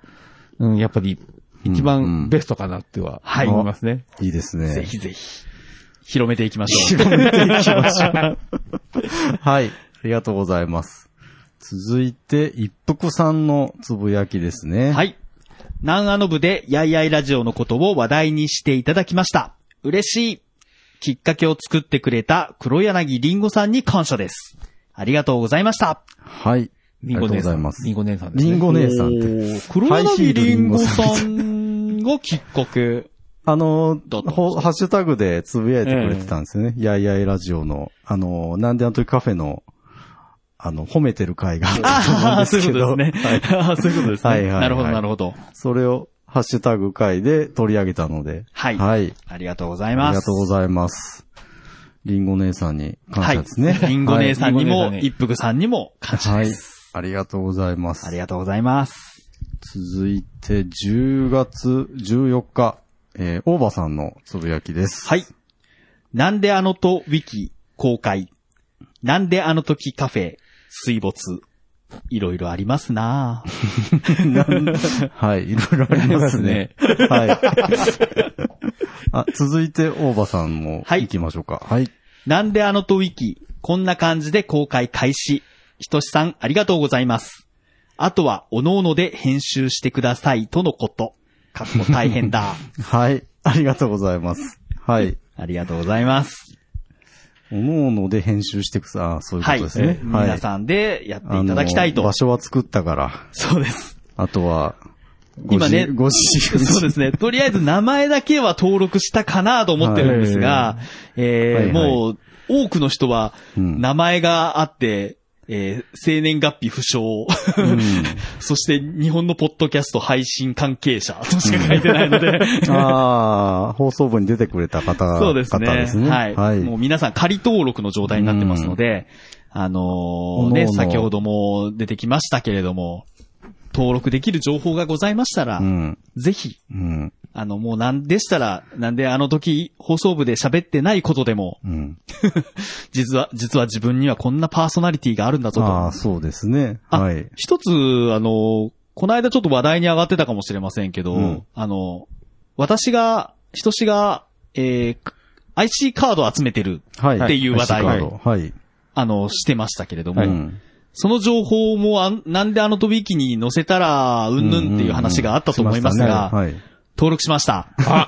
うん、やっぱり一番ベストかなっては
はい
思いますね。
いいです
ぜ
ね。
ひぜひ。広めていきましょう。
はい。ありがとうございます。続いて、一服さんのつぶやきですね。。
はいい。南アノ部でやいやいラジオのことを話題にしていただきました。嬉しい。きっかけを作ってくれた黒柳りんごさんに感謝です。ありがとうございました。
はい。
リンゴ姉
ありが
さ
とうござい
ん
ま。す
リンゴ姉さんです
リ
ね。
ンゴ姉さんって。
て。黒柳りんごさんがきっかけ。
あの
どう、ぞ
ほハッシュタグでつぶやいてくれてたんですよね。やいやいラジオの、あの、なんであの時カフェの、あの、褒めてる会があったと思うん
ああ、
で
そう
す
いう
け
こ
ど。
とですね。ああそういうことですね。
はいはいはい
なるほど、なるほど。
それを、ハッシュタグ会で取り上げたので。
はい
はい。
ありがとうござい
あ
ま
り
す。
がとうございます。リンゴ姉さんに感謝ですね。
はい。リンゴ姉さんに
は
も、
い
一服さんにも感謝
は
で
い
す。。
ありがとうございます。
ありがとうございます。
続いて、10月14日、えー、大場さんのつぶやきです。
はい。なんであのとウィキ公開。なんであの時カフェ水没。いろいろありますなぁ
<laughs> はい。いろいろありますね。はい。あ、続いて、大場さんも、
はい
行きましょうか。はい。
なんであのとウィキ、こんな感じで公開開始。ひとしさん、ありがとうございます。あとは、おのおので編集してください、とのこと。かっこ大変だ。
はい。ありがとうございます。はい。
ありがとうございます。
おのおので編集してくさ、あそういうこ
は
と
い。
ですね。
皆さんでやっていただきたい
あの
と
場。所は作ったから。
そうです。
あとは、ご
今ね
自ご自由に
<laughs> そうですね。とりあえず名前だけは登録したかなと思ってるんですが、
はいはい
えーもう、多くの人は、
うん
名前があって、えー生年月日不詳、 <laughs> そして日本のポッドキャスト配信関係者としか書いてないので、
ああ、放送部に出てくれた方々
そうですね。
ですね。
はい、もう皆さん仮登録の状態になってますので、あのーね、
おのおの
先ほども出てきましたけれども、登録できる情報がございましたら、
うん。
ぜひ、
うん。
あの、もうなんでしたら、なんであの時放送部で喋ってないことでも、
うん。
実は、実は自分にはこんなパーソナリティがあるんだぞと。
ああ、そうですね。
あ
はい。
一つ、あの、この間ちょっと話題に上がってたかもしれませんけど、
うん
あの、私が、人志が、えー、IC カードを集めてる、
はい。
っていう話題
IC カードはい。
あの、してましたけれども、
うん
その情報もあん、なんであの飛び機に載せたら、うんぬんっていう話があったと思いますが、
しましたね
<laughs> 登録しました。
は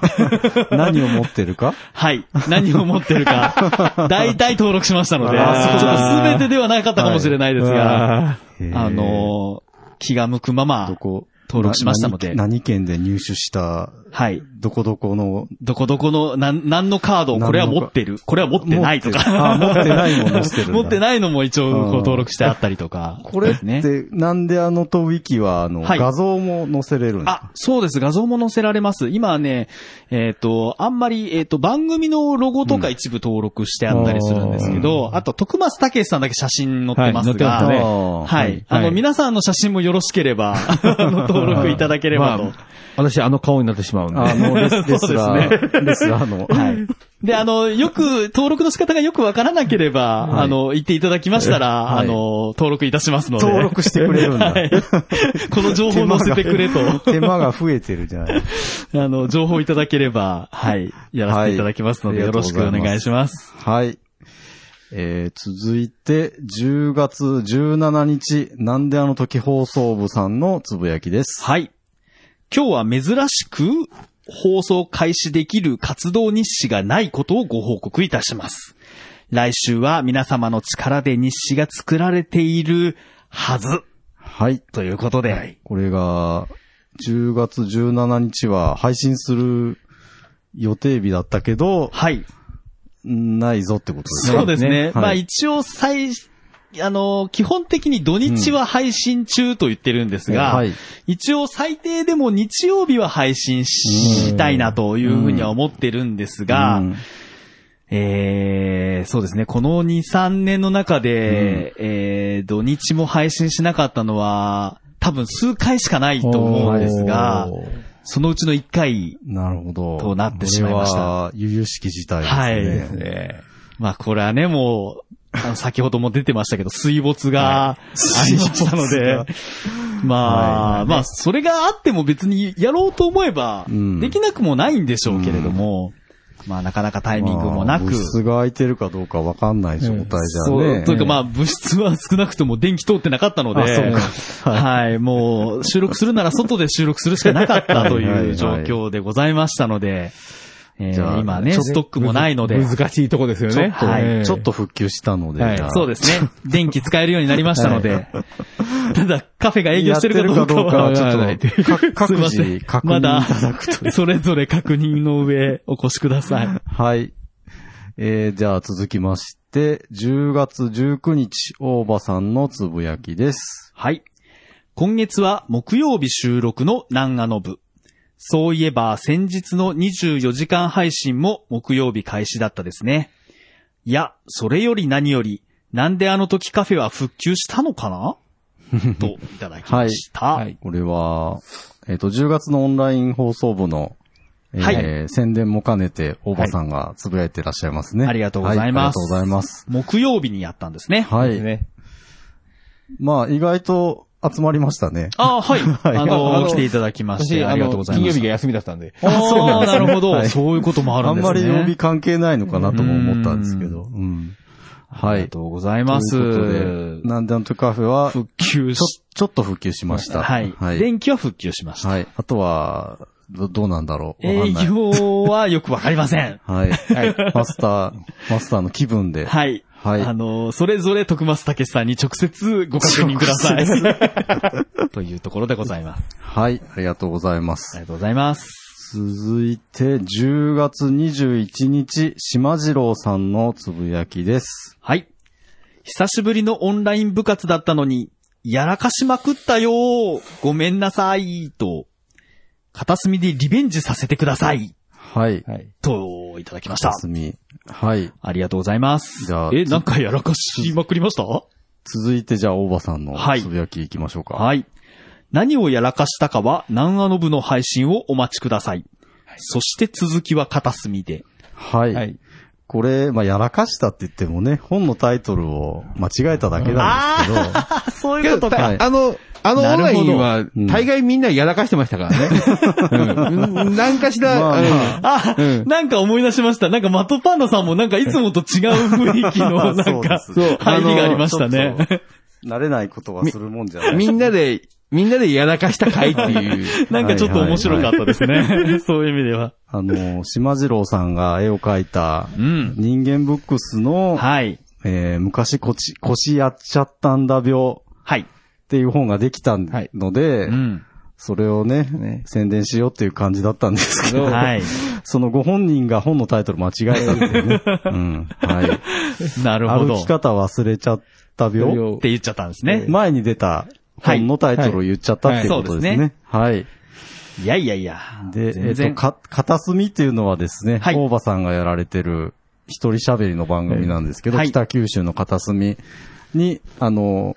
い。何を持ってる <laughs> か
はい。何を持って
<laughs>
るか、大体登録しましたので、ちょ
あーそう
っ
だ
と全てではなかったかもしれないですが、
あ
あ、の、気が向くまま
ど、こ、
登録しましたので
な何何県で入手した、
はい。
どこどこの、
どこどこの、なん、何のカードをこれは持ってる、これは持ってないとか。
あ持ってないものしてるんだ
<laughs> 持ってないのも一応こう
あー
登録してあったりとか。
これって、
ね。
なんであのとウィキは、あの、
はい
画像も載せれるんだ。
あ、そうです。画像も載せられます。今ね、えっ、と、あんまり、えっ、と、番組のロゴとか一部登録してあったりするんですけど、あと、徳松武さんだけ写真載ってますが、
はい載ってますね
あ
はい。あの、
はい
皆さんの写真もよろしけ
<laughs>
れば、あの登録いただければと。
まあ私、あの顔になってしまうんで。
あ
<laughs>
の、レ
<laughs>
スレスラー、レスラーの、はい。
で、あの、よく、登録の仕方がよくわからなければ、
はい
あの、言っていただきましたら、
はい
あの、登録いたしますので。
登録してくれるんだ <laughs>
はい。この情報を載せてくれと、あ
手間が増えてるじゃない。
の、情報いただければ、はい、やらせていただきますので、
はい
よろしくお願いします。
はい。えー、続いて、10月17日、なんであの時放送部さんのつぶやきです。
はい。今日は珍しく、放送開始できる活動日誌がないことをご報告いたします。来週は皆様の力で日誌が作られているはず、
はい。
ということで。
これが、10月17日は配信する予定日だったけど、
はい。
ないぞってことですね。
そうですね。
はい
まあ一応最、あの、基本的に土日は配信中と言ってるんですが、
はい
一応最低でも日曜日は配信したいなというふうには思ってるんですが、
うん
えー、そうですね。この2、3年の中で、えー、土日も配信しなかったのは、多分数回しかないと思うんですが、
おー
そのうちの1回、
なるほど。
となってしまいました
これは、ゆゆしき事態ですね。
ええ
まあこれはね、もう、あの先ほども出てましたけど、水没がありましたので、
水
まあ、
はい
まあそれがあっても別にやろうと思えば
う、ん
できなくもないんでしょうけれども、まあなかなかタイミングもなく、
まあ物質が空いてるかどうかわかんない状態じゃね。
というかまあ物質は少なくとも電気通ってなかったので、
あそう
はい、もう収録するなら外で収録するしかなかったと
はいはい
い
は
う
い
状況でございましたので、えー
じゃあ
今ね、ストックもないので、
難しいとこですよね。
ちょっと
ええ
ちょっと復旧したので、
はい
じゃあ
そうですね。電気使えるようになりましたので。ただ、カフェが営業してるかどうかはわからな
や
い
っ。てるかどうかはちょっと、か
すい
各
ません
自確認
ま
い
だ
ただくと。、
それぞれ確認の上、お越しください。
はい。えー、じゃあ続きまして、10月19日、大場さんのつぶやきです。
はい。今月は木曜日収録の南アノ部。そういえば先日の24時間配信も木曜日開始だったですね。いや、それより何より、なんであの時カフェは復旧したのかなと、いただきました。
はい。
これは、えっ、と、10月のオンライン放送部の、えー
は
宣伝も兼ねて、大場さんがつぶやいてらっしゃいますね。
はいありがとうございます
はありがとうございます。
木曜日にやったんですね。
は
で
い。
すね。
まあ、意外と集まりましたね。
あ <laughs> あ、はい。あ
あ
の、
の
来ていただきまして、
私、
あ
あ
りが
の
とうご、ざい
金
ま
曜
す。
日が休みだったんで。
ああー、なるほ
は
ど。
い
そういうこともあ
あ
るん
ん
ですね。
まり曜日関係ないのかなとも思ったんですけど。うん。
あ
は
り
い
が。とうございます。
ということで、なんであの時カフェは、ちょ、
復旧し
ちょっと復旧しました。
はい。
はい。
電気は復旧しました。
はい。あとは、どどうなんだろう。わか
営
んない。。
業はよくわかりません
はい。マスター、マスターの気分で。
はい。
はい
あの、それぞれ徳松武さんに直接ご確認ください。 <laughs> というところでございます。
はい。ありがとうございま
あ
す
り。がとうございます。
続いて、10月21日、島次郎さんのつぶやきです。
はい。久しぶりのオンライン部活だったのに、やらかしまくったよーごめんなさいと、片隅でリベンジさせてください
はい。
はい。
と、いただきました
片。隅。はい。
ありがとうございます。
じゃあ
え、なんかやらかしまくりました
続いて、じゃあ、大場さんの
はい
つぶやきいきましょうか。
はい。何をやらかしたかは、南アノブの配信をお待ちください。そして続きは片隅で。
はい。
はい。
これ、まあ、やらかしたって言ってもね、本のタイトルを間違えただけなんですけど、
あ、そう
けど、
はい
たあの、あのオンラインは
どうん、
大概みんなやらかしてましたからね。うん何かし
ま
ら、
あ
あの
ま
あ、
うん
なんか思い出しました。なんかマットパンダさんもなんかいつもと違う雰囲気の
<laughs>
な
そ
ん
うで
か
す
そう
入りがありましたね。
ちょっと慣れないことはするもんじゃない。
みんなで、みんなでやらかしたかいっていう。
<laughs> なんかちょっと面白かったですね。そういう意味では。
あの、島次郎さんが絵を描いた、
うん。
人間ブックスの、
はい。
えー昔こち、腰やっちゃったんだ病っ
はい。
ていう本ができたので、
うん。
それをね
ね
宣伝しようっていう感じだったんですけど、
はい。
そのご本人が本のタイトル間違えたっていう
<laughs>
ね。うん。はい。
なるほど。
歩き
っ
方忘れちゃった病。
て言っちゃったんですね。
前に出た本のタイトルを言っちゃったっていうことですね。はい。
いやいやいや。
で、えっ、と、
全然。
か、片隅っていうのはですね、
はい
大場さんがやられてる一人喋りの番組なんですけど、
はい
北九州の片隅に、あの、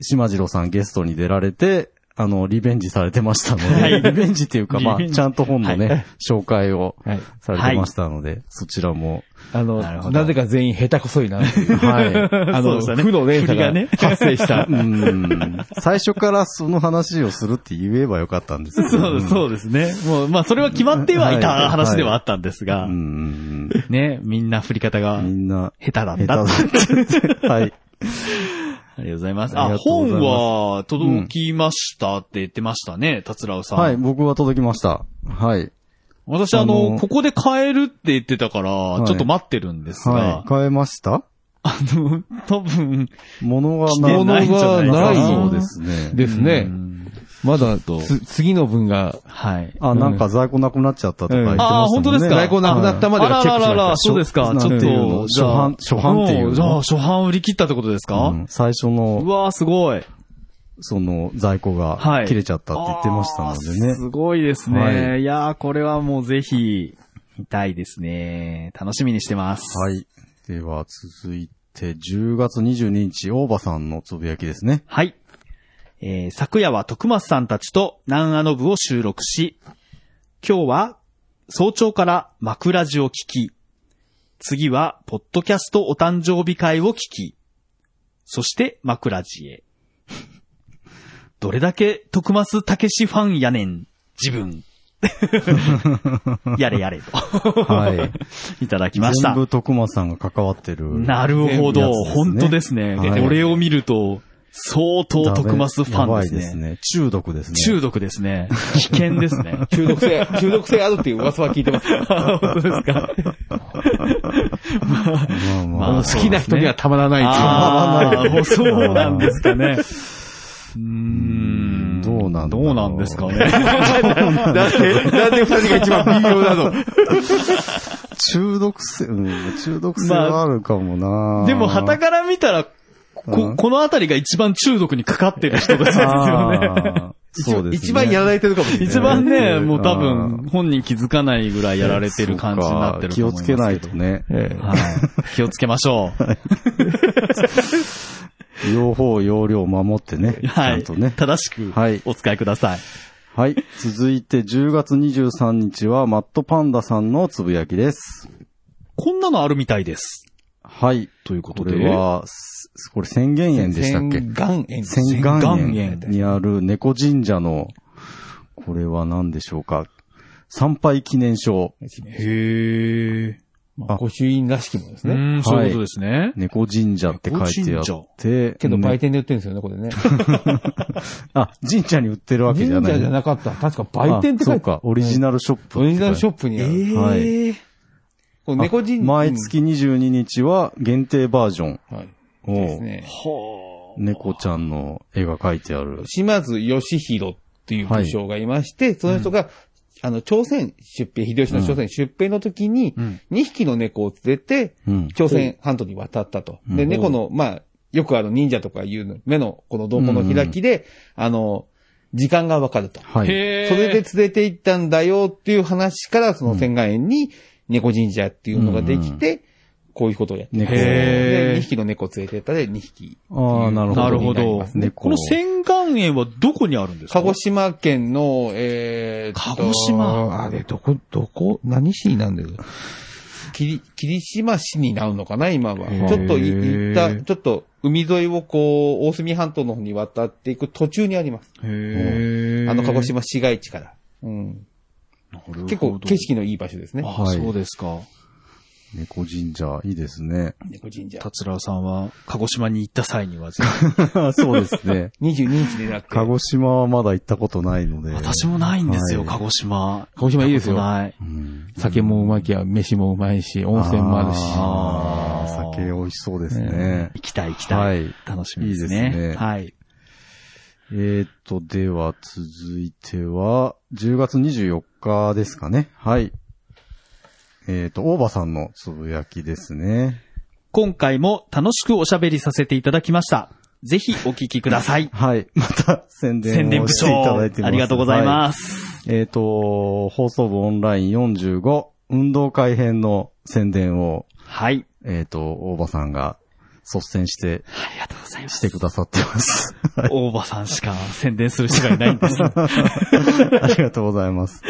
島次郎さんゲストに出られて、あの、リベンジされてましたので、
はい
<laughs> リベンジっていうか、ま
リベ
あ、
ンジ
ちゃんと本のね、
は
紹介を
はい。
されてましたので、そちらも、
あ
なるほど
の、なぜか全員下手くそいなっていう。
はい。
<laughs>
そ
あ
うで
の、
したね
負の連
振り
鎖
が
が
ね
発生
<laughs>
した。
うん。最初からその話をするって言えばよかったんですけど
<laughs> そう、そうですね。もう、まあ、それは決まってはいた話ではあったんですが
う、ん。
ね、みんな振り方が
みんな、
下手
下
だっ
手
た。
だ
あ
っ
り
て。はい。
<laughs> がとうございます。
あり
あ、
がとうござ
本
います
は届きましたって言ってましたね、達郎さん。
はい、僕は届きました。はい。
私、あ
あ
の、
の
ここで買えるって言ってたから、
い
ちょっと待ってるんです
は
が
い。、変えました
あの、多分、
物が
来てないんじゃない
物が
か
ない
な。
そうですね。
ですね。まだ、つ次の分が、
はい。
あ、なんか在庫なくなっちゃったとか言ってましたもんね。
うん
あー本当ですか
在庫なくなったまではチェックしま
あらららら
し
そうですか。ちょっ
なんていう
と
の、初版初版っていうの
もじゃあ、初版売り切ったってことです
た。
か
うん最初
う
の、
わー、すごい。
その在庫
は
が
い
切れちゃったって言ってましたのでね
あー。すごいですね。、
はい
やー、これはもうぜひ、見たいですね。楽しみにしてます。
はい。では、続いて、10月22日、大場さんのつぶやきですね。
はい。えー、昨夜は徳松さんたちと南アノブを収録し、今日は早朝から枕地を聞き、次はポッドキャストお誕生日会を聞き、そして枕地へ。 <laughs> どれだけ徳松たけしファンやねん、自分。 <laughs> やれやれと。
<laughs> はい。
いただきました。
全部徳松さんが関わってる。
なるほど、
やつですね
本当ですね。
はい
これを見ると、相当徳増ファンです
やばいです
ね。
ね。中毒ですね。
中毒ですね。危険ですね。
中毒性、 <laughs> 中毒性あるっていう噂は聞いてます。
<laughs> あ本当ですか。
まあまあ
まあ
好きな人にはたまらないっていう。
ああ、もうそうなんですかね。うーん
どうなんだ
ど
ろう
うなんですかね。
なんで、なんで二人が一番微妙なの
中毒性、うん、中毒性はあるかもな
<laughs> でも、旗から見たら、
う
こ、
ん
このあたりが一番中毒にかかってる人ですよね。
あーそうですね。
一番やられてるかもしれない。
<laughs> 一番ね、
うん
もう多
う
分、
ん
本人気づかないぐらいやられてる感じになってると思いますけど。
そうか気をつけないとね。
ええ
はい。気をつけましょう。
両方、容量を守ってね。
は
ちゃ
い。
んとね。
正しく
はい
お使いください。
はい。続いて10月23日は、マットパンダさんのつぶやきです。
こんなのあるみたいです。
はい。
というこ
これは、すこれ宣言園でしたっけ
岩塩。
千
岩
眼
園
園にある猫神社の、これは何でしょうか参拝記念書。
へー。
まあ、御朱印らしきもので
う
すね。
ん、そういうことですね。
猫神社って書いてあって。
けど
ね
売店で売ってるんですよね、これね。
あ、神社に売って <laughs> るわけ
神
じゃない。
社じゃなかった。確か売店っ
あ
て書
そう
いてあ
か、オリジナルショップ。
オリジナルショップにある。
ええ
はい
この猫神社。
毎月22日は限定バージョン
はい。です
を、
ね。
は。
猫ちゃんの絵が描いてある。
島津義弘っていう武将がいまして、その人が、あの、朝鮮出兵、秀吉の朝鮮出兵の時に、2匹の猫を連れて、
うん。
朝鮮半島に渡ったと。で、
うん
猫の、まあ、よくある忍者とかいうの、目の、この瞳孔の開きで、あの、時間がわかると。
はいい。
へえ。
それで連れて行ったんだよっていう話から、その仙外園に猫神社っていうのができて、こういうことをやってます。
猫
へー
で、2匹の猫を連れて行ったで、2匹。
ああ、なるほど。
なるほど。
ね
この洗顔園はどこにあるんですか
鹿児島県の、えーっと
鹿児島
あれ、どこ、どこ、何市になんだよ。霧、霧島市になるのかな、今は。
へー
ちょっとい行った、ちょっと海沿いをこう、大隅半島の方に渡っていく途中にあります。
へえ。
あの、鹿児島市街地から。うん。結構景色のいい場所ですね。
あ、
はい
そうですか。
猫神社、いいです
<laughs>
ね。
猫神社。
達郎さんは、鹿児島に行った際にはぜひ、
そうですね。
22日でなくて。
鹿児島はまだ行ったことないので。
私もないんですよ、
はい
鹿児島。
鹿児島いいですよ
行ったこ
うん
酒もうまきゃ、飯もうまいし、温泉もあるし。
あー酒美味しそうですね
とない。行。きたい行きた。
はいい。
楽しみですね。
いいですね
はい。
えーっと、では続いては、10月24日ですかね。はい。えーっと、大場さんのつぶやきですね。。
今回も楽しくおしゃべりさせていただきました。ぜひお聞きください
<laughs> はい。また宣伝
宣伝
を
部
して
長
いただいてます。
ありがとうござい
は
ます。
い。えーっと、放送部オンライン45、運動会編の宣伝を、
はい。
えーっと、大場さんが率先して
ありがとうございま
し
す。
てくださってます。 <laughs>
大場さんしか宣伝する人がいないんです。あ
ありがとうございます。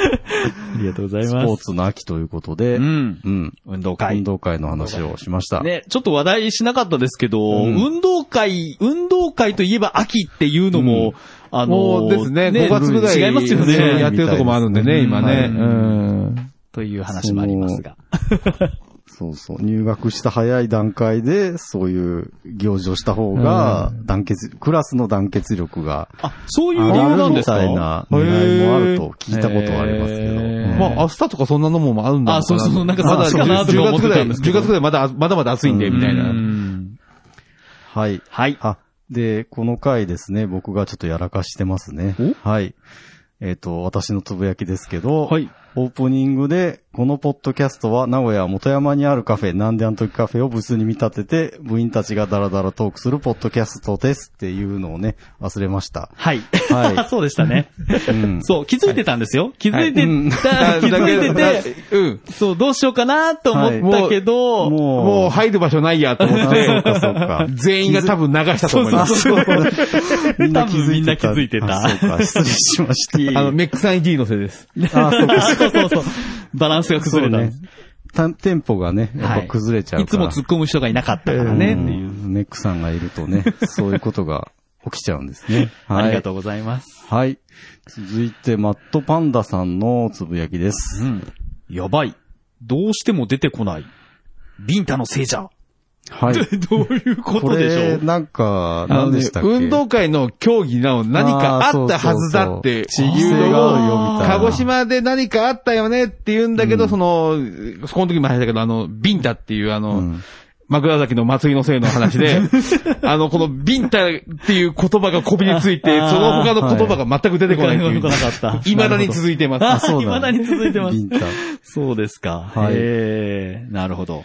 りがとうござい
スポー。ツの秋ということで、
う
うん。
ん。運動会
運。動会の話をしました。
ね、ちょっと話題しなかったですけど、
ん
運動会、運動会といえば秋っていうのも、あ
も
の
う
ー、
ですね、5月ぐらい。
違いますよ
そうやっ
ね。
てるとこもあるんでね、今ね。
う
うん。
という話もありますが。
そうそう。入学した早い段階で、そういう行事をした方が、団結、クラスの団結力が、
あ、そういう理
上
由
が
な
る
んで
み
すか
たいな狙いもあると聞いたことはありますけど。
へー
うん
まあ、明日とかそんなのもあるんだろ
あそうそうなんか
まだ
そっちかなとか思ってたんですけ
10
ど
月ぐらい、まだ、まだまだ暑いんで、みたいな。
うん
はい。
はい。
あ、で、この回ですね、僕がちょっとやらかしてますね。はい。えっ、と、私のつぶやきですけど、
はい。
オープニングで、このポッドキャストは名古屋元山にあるカフェ、なんであの時カフェをブースに見立てて、部員たちがダラダラトークするポッドキャストですっていうのをね、忘れました。
はい。
は
<laughs> そうでしたね。
い。うん
そう、気づいてたんですよ。気づいて
うん
た、気づいてて、
て、うん。
そう、どうしようかなと思ったけ
もう、
ど、
もう入る場所ないやと思っ
あそう
て、
かそうか。
全員が多分流したと思います。
そうそうそう。
みんな
多
気
分
づ
みんな気づ
い
い
てた。
てた
あそうか、失礼しました。
あの、メックさん D のせいです。
あ、
<laughs>
そうか、
そうそうそう。バランスが崩れたんです。
たテンポがね、やっ
は
ぱ
い
崩れちゃう
いつ
から。
も突っ込む人がいなかったからね、っていうう。
んネックさんがいると
<laughs>
ね、そういうことが起きちゃうんですね。
あ
はい
りがとうございます。
はい。続いて、マットパンダさんのつぶやきです。
うん。やばい。どうしても出てこない。ビンタのせいじゃ。
はい。
<laughs> どういう
こ
こ
と
でしょ
れ、
う
なんか、
あの
何
ね
でしたっけ
運動会の競技なの何かあったはずだっ
あ
て
ーそうそうそう地域
いう
性があるよ
のを、
みたいな
鹿児島で何かあったよねって言うんだけど、その、そこの時も話したけど、あの、ビンタっていうあの、
ん
枕崎の祭りのせいの話
<laughs>
で、あの、このビンタっていう言葉がこびりつ
<laughs>
いて、
あー
その他の言葉が全く出てこないってい
出てこなかった
う。未だに続いてます。
そう
未だに続いてます
ビンタ
そうですか。
はい
ええなるほど。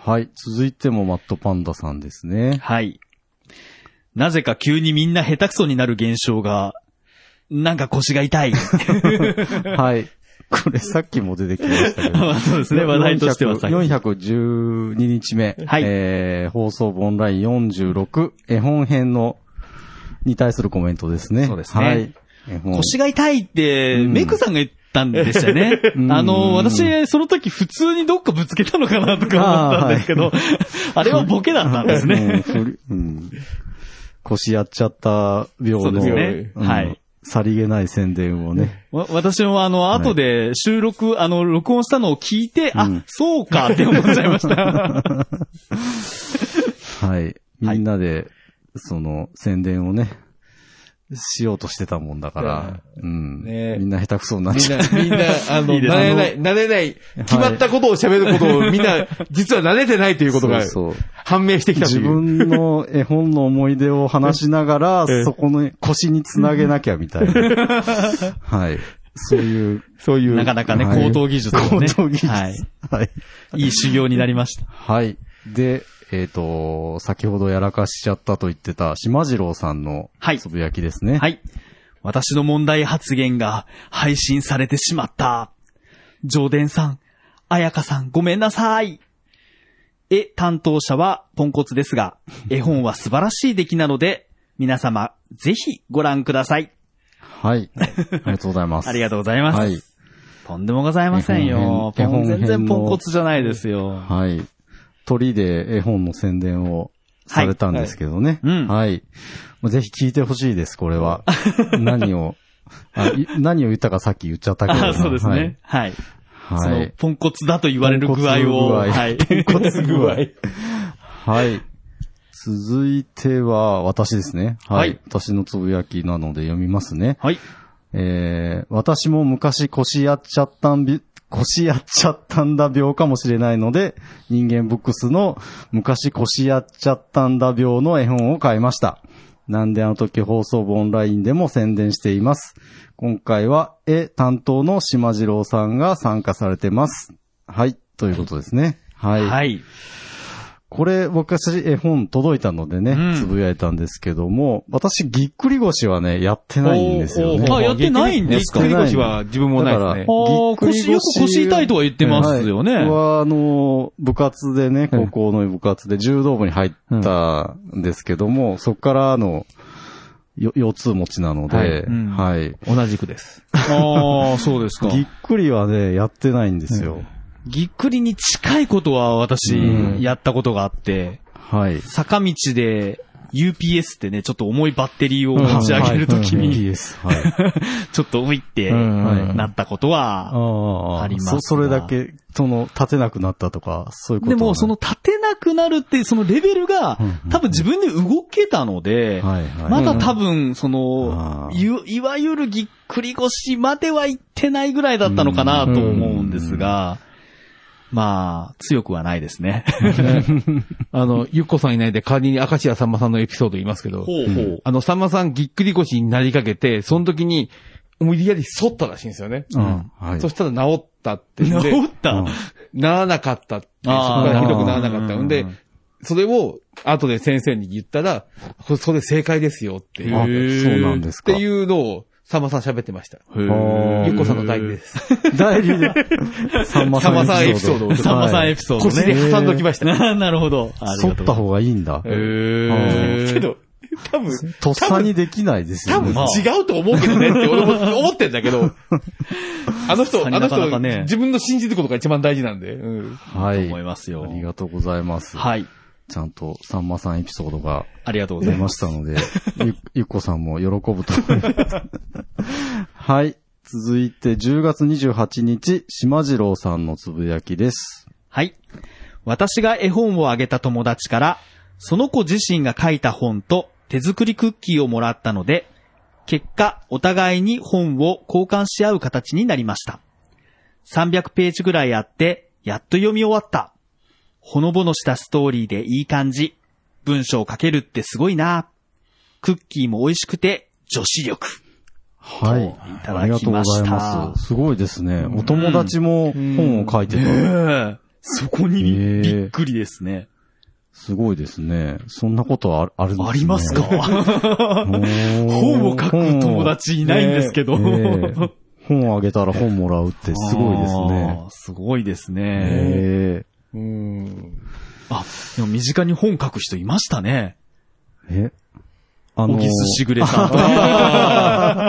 はい。続いても、マットパンダさんです
<laughs>
ね。
はい。なぜか急にみんな下手くそになる現象が、なんか腰が <laughs> 痛い。
はい。これ、さっきも出てきましたけど。
まあそうですね、話題としてはさっき
412日目。
はい
えー、放送部オンライン46、絵本編の、に対するコメントですね。
そうですね
はい。絵本。
腰が痛いって、メイクさんが言ったんでしたよ <laughs> ね。
うん
あの、私、その時普通にどっかぶつけたのかなとか思ったんですけ <laughs> ど、あ,、れはボケだったんです <laughs> ね。
うんふりうん腰やっちゃった病
そう
の。
ですね
うん
はい
さりげない宣伝をね。
わ私もあの、後で収録、あの、録音したのを聞いて、
う
あ
ん、
そうかって思っちゃいま <laughs> した。
はい。みんなで、その、宣伝をね、しようとしてたもんだから、うん。
ね
みんな下手くそになっ
みん
ちゃっ
な、みんな、あの、
いいです
慣れない、慣れない、決まったことを喋ることをみんな、実は慣れてないということが
た。そうそう。
判明してきたとい
自
う。
分の絵本の思い出を話しな
<laughs>
がら、そこの腰につなげなきゃみたいな。はい。そういう、
そういう。
なかなかね、
はい
高等技術
高
をね。
等技術。
は
はいい。。
いい修行になりました。
はい。で、えっ、と、先ほどやらかしちゃったと言ってた、島次郎さんの
はい
つぶやきですね。
はい。私の問題発言が配信されてしまった。上田さん、彩香さんごめんなさい。絵担当者はポンコツで
<laughs>
すが、絵本は素晴らしい出来なので、皆様、ぜひご覧ください。
はい。ありがとうございます。
<laughs> ありがとうございます。
はい。
とんでもございませんよ。
絵本編
ポン全
絵本
然
編
ポ
の
ンコツじゃないですよ。
はい。鳥で絵本の宣伝をされたんですけどね。
はいはいうん
はい。まあぜひ聞いてほしいです、これ
<laughs>
は。何を、あい何を言ったかさっき言っちゃったけどな。
あ <laughs> そうですね。はい。
はい。
そ
は
の
い。
ポンコツだと言われる具合
ポンコツ具
を。 <laughs>
合
はい。
ポンコツ具合。
はい。続いては、私ですね。
はい
私のつぶやきなので読みますね。
はい。
えー、私も昔腰やっちゃったんび、腰やっちゃったんだ病かもしれないので、人間ブックスの昔腰やっちゃったんだ病の絵本を買いました。なんであの時放送部オンラインでも宣伝しています。今回は絵担当の島次郎さんが参加されてます。はい、ということですね。はい。
はい。
これ、私、絵本届いたのでね、
うん
つぶやいたんですけども、私、ぎっくり腰はね、やってないんですよね。
おーおーあやってないんですか
ぎっくり腰は自分もないです
だ
ね
か。ら
ああ、腰、よく腰痛いとは言ってますよね。
はい僕は、あの、部活でね、高校の部活で柔道部に入ったんですけども、そこから、あの、よ腰痛持ちなので、
は
はいい、
うん
同じくです。
ああ、そうです
<laughs>
か。
ぎっくりはね、やってないんですよ。
ぎっくりに近いことは私
う、ん
やったことがあって、
はい。
坂道で UPS ってね、ちょっと重いバッテリーを持ち上げるとき
うんはい
に、
PS。はい。
<laughs> ちょっと浮いて、
うん
はいなったことは、
あー
あります
そ
が
それだけ、その、立てなくなったとか、そういうこと
で
はない
もその、立てなくなるって、そのレベルが
うんうんうん、
多分自分で動けたので、
はいはい。
まだ多分、その
あ、ー
ゆいわゆるぎっくり腰まではいってないぐらいだったのかなと思うんですが、まあ、強くはないですね。
あの、ゆっこさんいないで代わりに明石家さんまさんのエピソード言いますけど、
う <laughs> ほう。
あの、さんまさんぎっくり腰になりかけて、その時に、無理やり反ったらしいんですよね。
うん。はい
そ。したら治ったって
治
言っ
っ
て。
た
ならなかったって、そこ
あー
からひどくならなかった
うん
んで
うん、
それを後で先生に言ったら、これそれ正解ですよっていう。
あ
へー
そうなんですか。
っていうのを、さんまさん喋ってました。
ー
ゆっこさんの代理です。
代理で、
<laughs>
さんま
さんエピソードを
さんまさんエピソード
腰
ね。
で挟んどきました。
ななるほど。あり
反
が
っ
とう
た方がいいんだ。
へ
<laughs>
ー
けど、多分、
とっさにできないです
多
よね。
分
まあ
違うと思うけどねって
<laughs>
俺も思ってんだけど、あの人、あの
なかなか
人、
ね
自分の信じることが一番大事なんで。うん
は
と
い。
思いますよ
あ。りがとうございます。
はい。
ちゃんとさんまさんエピソードが
ありがとうござ
出
い
ま
ま
し
す。
た
<laughs>
ので、ゆ、ゆっこさんも喜ぶと思います。はい。続いて10月28日、島次郎さんのつぶやきです。
はい。私が絵本をあげた友達から、その子自身が書いた本と手作りクッキーをもらったので、結果、お互いに本を交換し合う形になりました。300ページぐらいあって、やっと読み終わった。ほのぼのしたストーリーでいい感じ。文章を書けるってすごいな。クッキーも美味しくて、女子力。
はい。
いた
あり
だ
が
き
とうご
まし
ざ
た
います。すごいですね。お友達も本を書いてた。
ええそこに
ええ
びっくりですね。
すごいですね。そんなことあるあるんですね
ありますか本
本
を書く友達いないんですけど。 <laughs>
本本あげたら本もらうってすごいです
あ
ね。
ー。すごいですね。
え
うん
あ、でも身近に本書く人いましたね。
ーえあ
小
のー、
木すしぐれさんとか。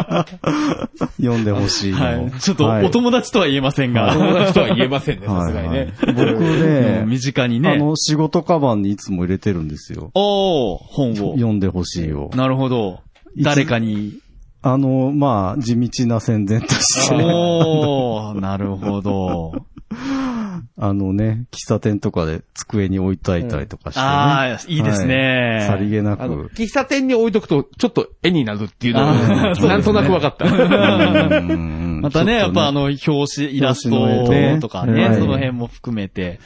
読んでほしいの。
はい。ちょっとお友達とは言えませんが。
友達とは言えませんね、さ
はい
すがにね。
はい僕
<laughs> うん
ね、
身近に
あ
ね。
の、仕事カバンにいつも入れてるんですよ。
おー、本を。
読んでほしいを。
なるほど。
いつ <laughs>
誰かに
あの、まあ、地道な宣伝として、
おー、なる
<laughs>
ほど。
あのね、喫茶店とかで机に置いといたりとかして、ね
ああ、いいですね。
さりげな
あの、
く。
喫茶店に置いとくと、ちょっと絵になるっていうの
あー
が、なんとなくわかった。
ま
またね、やっぱあ、の、表紙、イラストとか
表紙の絵
ね、
ね
その辺も含めて、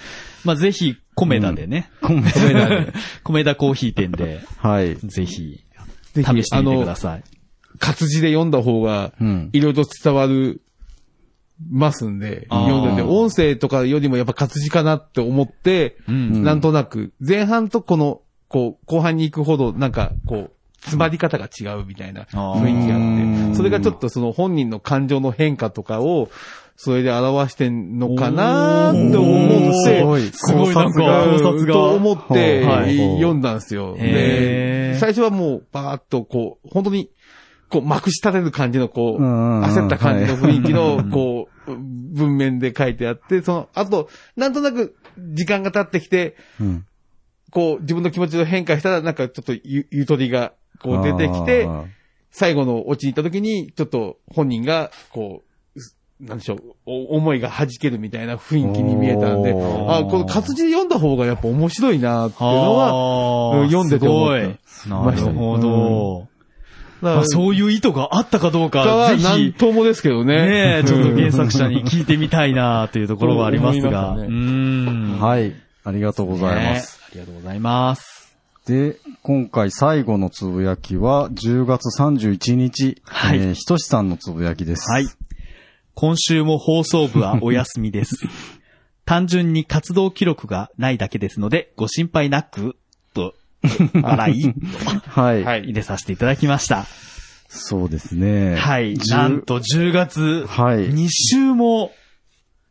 まあぜひ、コメダでね、
コメント
コメダで、 <laughs> コメダコーヒー店で、
はい。
ぜひ、
ぜ
試
ひ
してみてください。
活字で読んだ方が
うん、
いろいろ伝わる、ますんで、
あー
読んでて、音声とかよりもやっぱ活字かなって思って、
うん
なんとなく、前半とこの、こう、後半に行くほど、なんか、こう、詰まり方が違うみたいな
あー
雰囲気があっ
うん
て、それがちょっとその本人の感情の変化とかを、それで表してんのかなーって思っ
す
て、
ごい。
すごいなんか
うん
考察が
と思って、
はい
読んだんですよ。
へー
で最初はもう、ばーっとこう、本当に、こう、まくし立てる感じの、こう、
うんうんうん
焦った感じの雰囲気
はい
の、こう、文面で書いてあって、その、あと、なんとなく、時間が経ってきて、
うん
こう、自分の気持ちの変化したら、なんかちょっとゆ、ゆとりが、こう出てきて
あ、ー
最後の落ちに行った時に、ちょっと本人が、こう、すなんでしょう、お思いが弾けるみたいな雰囲気に見えたんで、
お
ー
あ、この活字で読んだ方がやっぱ面白いなっていうのは、
は
うん読んでて思った
すごい。なるほど。
だ
ま
か
あ、そういう意図があったかどう
ら、
か、ぜ
なん
ひ、
ともですけど
ね
ね。
え、ちょっと原
うん
作者に聞いてみたいなというところはありますが。う
うん <laughs> 思い
ん。
はい。ありがとうございます。
ね。ありがとうございます。
で、今回最後のつぶやきは10月31日、
はい
えーひとしさんのつぶやきです。
はい。。今週も放送部はお休
<laughs>
みです。単純に活動記録がないだけですので、ご心配なく、と、笑い、
<laughs> はい。
はい
入れさせていただきました。
そうですね。
はい。
10
なんと10月、
はい
2週も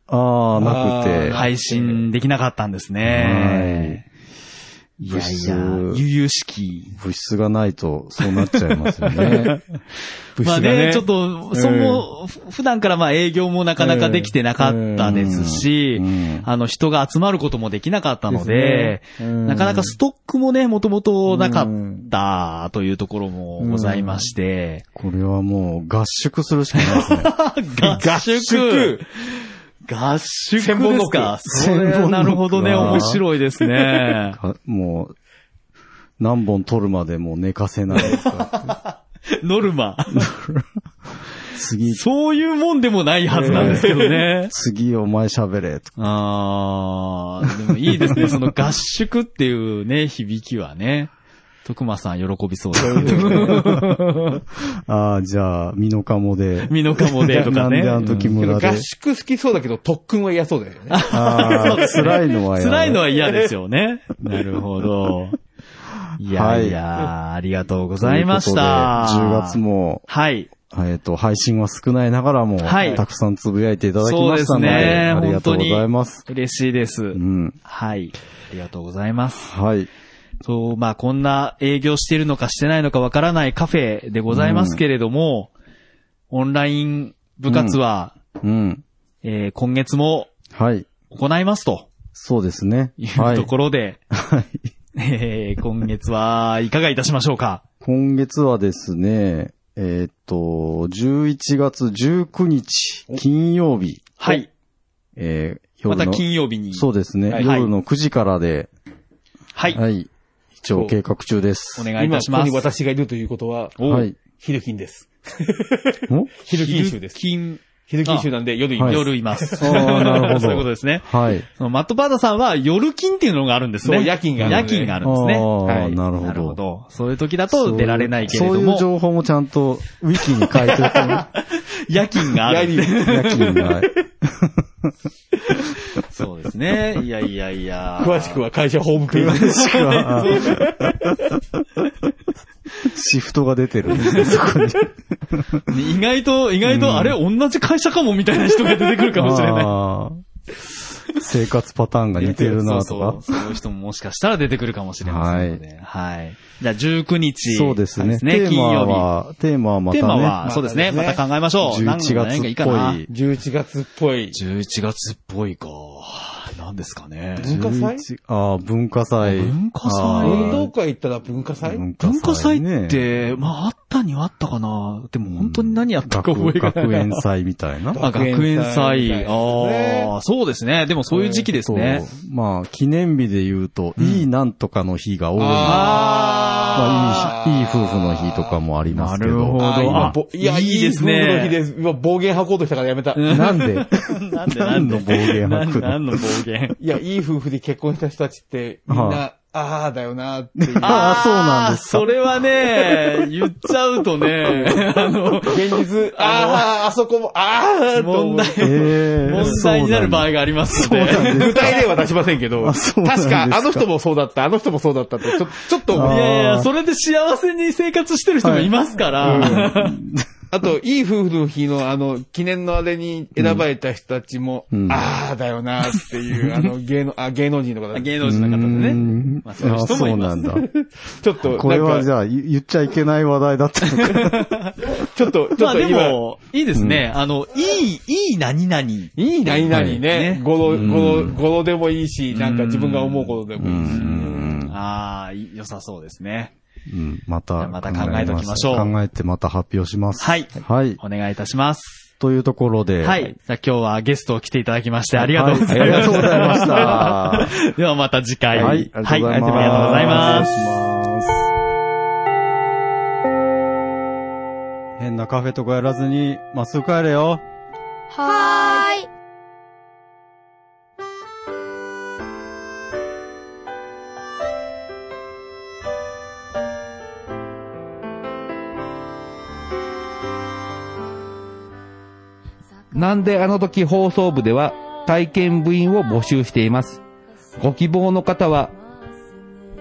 ああ、なくて。
あーはい
配信できなかったんですね。いやいや、
物質
悠々しき。
物質がないと、そうなっちゃいますよ
<laughs>
ね。
物
まあ
質がね
ね、ちょっと、その、ふ普段からまあ営業もなかなかできてなかったですし
うんうん、
あの人が集まることもできなかったので
で、すねうん
なかなかストックもね、もともとなかったというところもございまして、
これはもう合宿するしかない
<laughs>
ですね。
合宿合宿
千
で
本ノ
す
ック
かそれ
千本ノック
なるほどね、面白いで
<laughs>
すね。
かもう、何本取るまでもう寝かせないですから。
ノルマ。
次、
そういうもんでもないはずなんですけどね。
次お前喋れと。
あー、でもいいですね。その合宿っていう
<laughs>
ね、響きはね。徳間さん喜びそうですけど。
ああ、じゃあ、身の鴨で。
身の鴨でと
な
か
ん
ね
で。あの時
けど
村で。
合宿好きそうだけど、特訓は嫌そうだよね。
ああ、辛いのはやだ
辛いのは嫌ですよね。
<laughs>
なるほど。いやいや、ありがとうございました。
ということで10月。も、
はい。
えっ、と、配信は少ないながらも、
はい
たくさんつぶやいていただきましたので、
そうですね
ありがとうございます。
嬉しいです。
うん。
はい。ありがとうございます。
はい。
そう、まあこんな営業してるのかしてないのかわからないカフェでございますけれども、オンライン部活は、
うん。
えー今月も
はい。
行いますと
そうですね。
い
は
うと
い。
ころで、 <laughs> えー今月はいかがいたしましょうか
今月はですね、えっ、と、11月19日、金曜日、
はい。
えー、
ま
夜の、
た金曜日に。
そうですね、
はい
夜の9時からで、
はい。
はい。一応計画中です。
お願いいたします。
今ここに私がいるということは、
お
はい。
ヒルキンです。
お
ヒルキン州です。
金、
ヒルキン州なんで夜い
はい
夜
夜います。
<laughs> あーなるほど
<laughs> そういうことですね。
はい。
そのマットパーダさんは夜勤っていうのがあるんですね。
そう夜勤がある
夜
んで
勤があるんですね。
あー
はい
なるほど
なるほど。 <laughs> そういう時だと出られないけれど
そういう
も、
情報もちゃんと、ウィキに書いておく
夜勤
<laughs>
があるんで。
と、夜勤が。
そうですね。いやいや
<laughs>
いや。
詳しくは会社ホームページ
詳しくは、シフトが出て
<laughs>
るんですね、そこに。
意外と、意外と、あれ、同じ会社かもみたいな人が出てくるかもしれない。
あー生活パターンが似てるな
そ
と
う
か。
そうそういう人ももしかしたら出てくるかもしれませんので。はい。じゃあ19日。
そうですね。テー
金
マ
曜日。
は、テーマはま
テーマ
た
は、
ね、
そうですね。
ま
ま
たね
た考えましょう。何
11
が何
月
がい
っ
かな
ぽい。
11月っぽい。
11月っぽいか。何ですかね。
文化祭
11あー文化祭。
文化祭
あー
運動会行ったら文化祭
文
文化祭
ね
っ、て、まああっ谷はあったかなでも本当に何やったか覚えがない。
学園祭みたい
<laughs>
な。
あ、学園
学園祭みた
祭。
いな
ああ、そうですね。でもそういう時期ですね。
そうまあ、記念日で言うと、いいなんとかの日が多い。まあ、いい、いい夫婦の日とかもありますけど。
なるほど
あー今ぼいや、
い
い
い
い
で
ですす
ね
ね。の日です。今、暴言吐こうとしたからやめた。い
なん
<laughs>
で
<laughs> なんで
何の暴言
な
吐
ん
くの
何の暴言。
や、いい夫婦で結婚した人たちって、みん
は
な、ああだよなっていう。
<laughs> ああ、そうなんですか。
それはね、言っちゃうとね、
<laughs>
あの、
現実、ああ、あそこも、ああと思
問
う
題、
ええ
問題になる場合がありますので。
具体例は出しませんけど、
あそう
確
なんですか
か、あの人もそうだった、あの人もそうだったって、ちょちょっと思
い
い、
やい
あ
や、
ー
それで幸せに生活してる人もいますから。
あと、いい夫婦の日の、あの、記念のあれに選ばれた人たちも、
うん
ああだよなっていう、あの、芸能、あ、芸能人の方
あ
ち
<laughs> 芸能人の方で
う
ね
ん。
まあそういう人もいま
あ
す。 <laughs>
そうなんだ。
ょっと、
これ
な
は
ん
じ
か、
ゃあ、言言っちゃいけない話題だったの
<laughs>
か。
ちょっと、ちょ
ま
っ
あ
と
で
今、
も、いいですね。あの、いい、いい何々。
いい何々
ね
ね。語呂、
ん
語呂、語呂でもいいし、なんか自分が思うことで
う
もいいし。
ん
ああ、い良さそうですね。
うん、ま
じゃあ
た、
また考えときましょう
考えてまた発表します。
はい
はい。
お願いいたします。
というところで。
はい。じゃあ今日はゲストを来ていただきましてありがとうございます。
はいありがとうございました
<laughs> ではまた次回。
はい、
ありがとうございます。
す。変なカフェとかやらずに、まっすぐ帰れよ。
はーい。
なんであの時放送部では体験部員を募集しています。ご希望の方は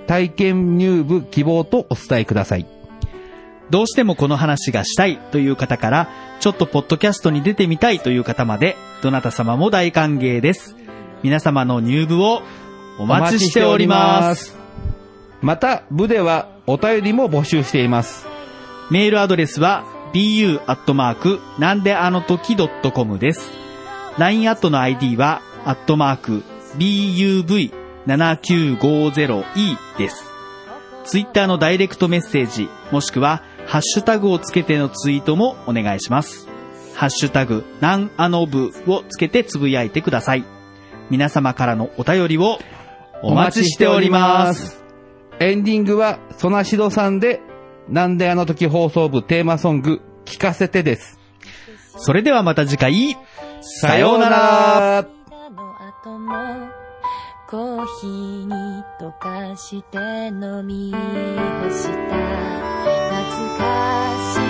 体験入部希望とお伝えください。
どうしてもこの話がしたいという方から、ちょっとポッドキャストに出てみたいという方まで、どなた様も大歓迎です。皆様の入部をお
お
待ちしております。
す。また、部ではお便りも募集しています。
メールアドレスは bu アットマークなんであの時 .com です。LINE アットの ID はアットマーク buv7950e です。ツイッターのダイレクトメッセージ、もしくはハッシュタグをつけてのツイートもお願いします。ハッシュタグなんあの部をつけてつぶやいてください。皆様からのお便りをお待ちしております。。
エンディングは、ソナシドさんで、なんであの時放送部テーマソング、聞かせてです。
それではまた次回、さ
さ
よ
よ
う
う
なら
なら
歌の後もコーヒーに溶かして飲み干した懐かし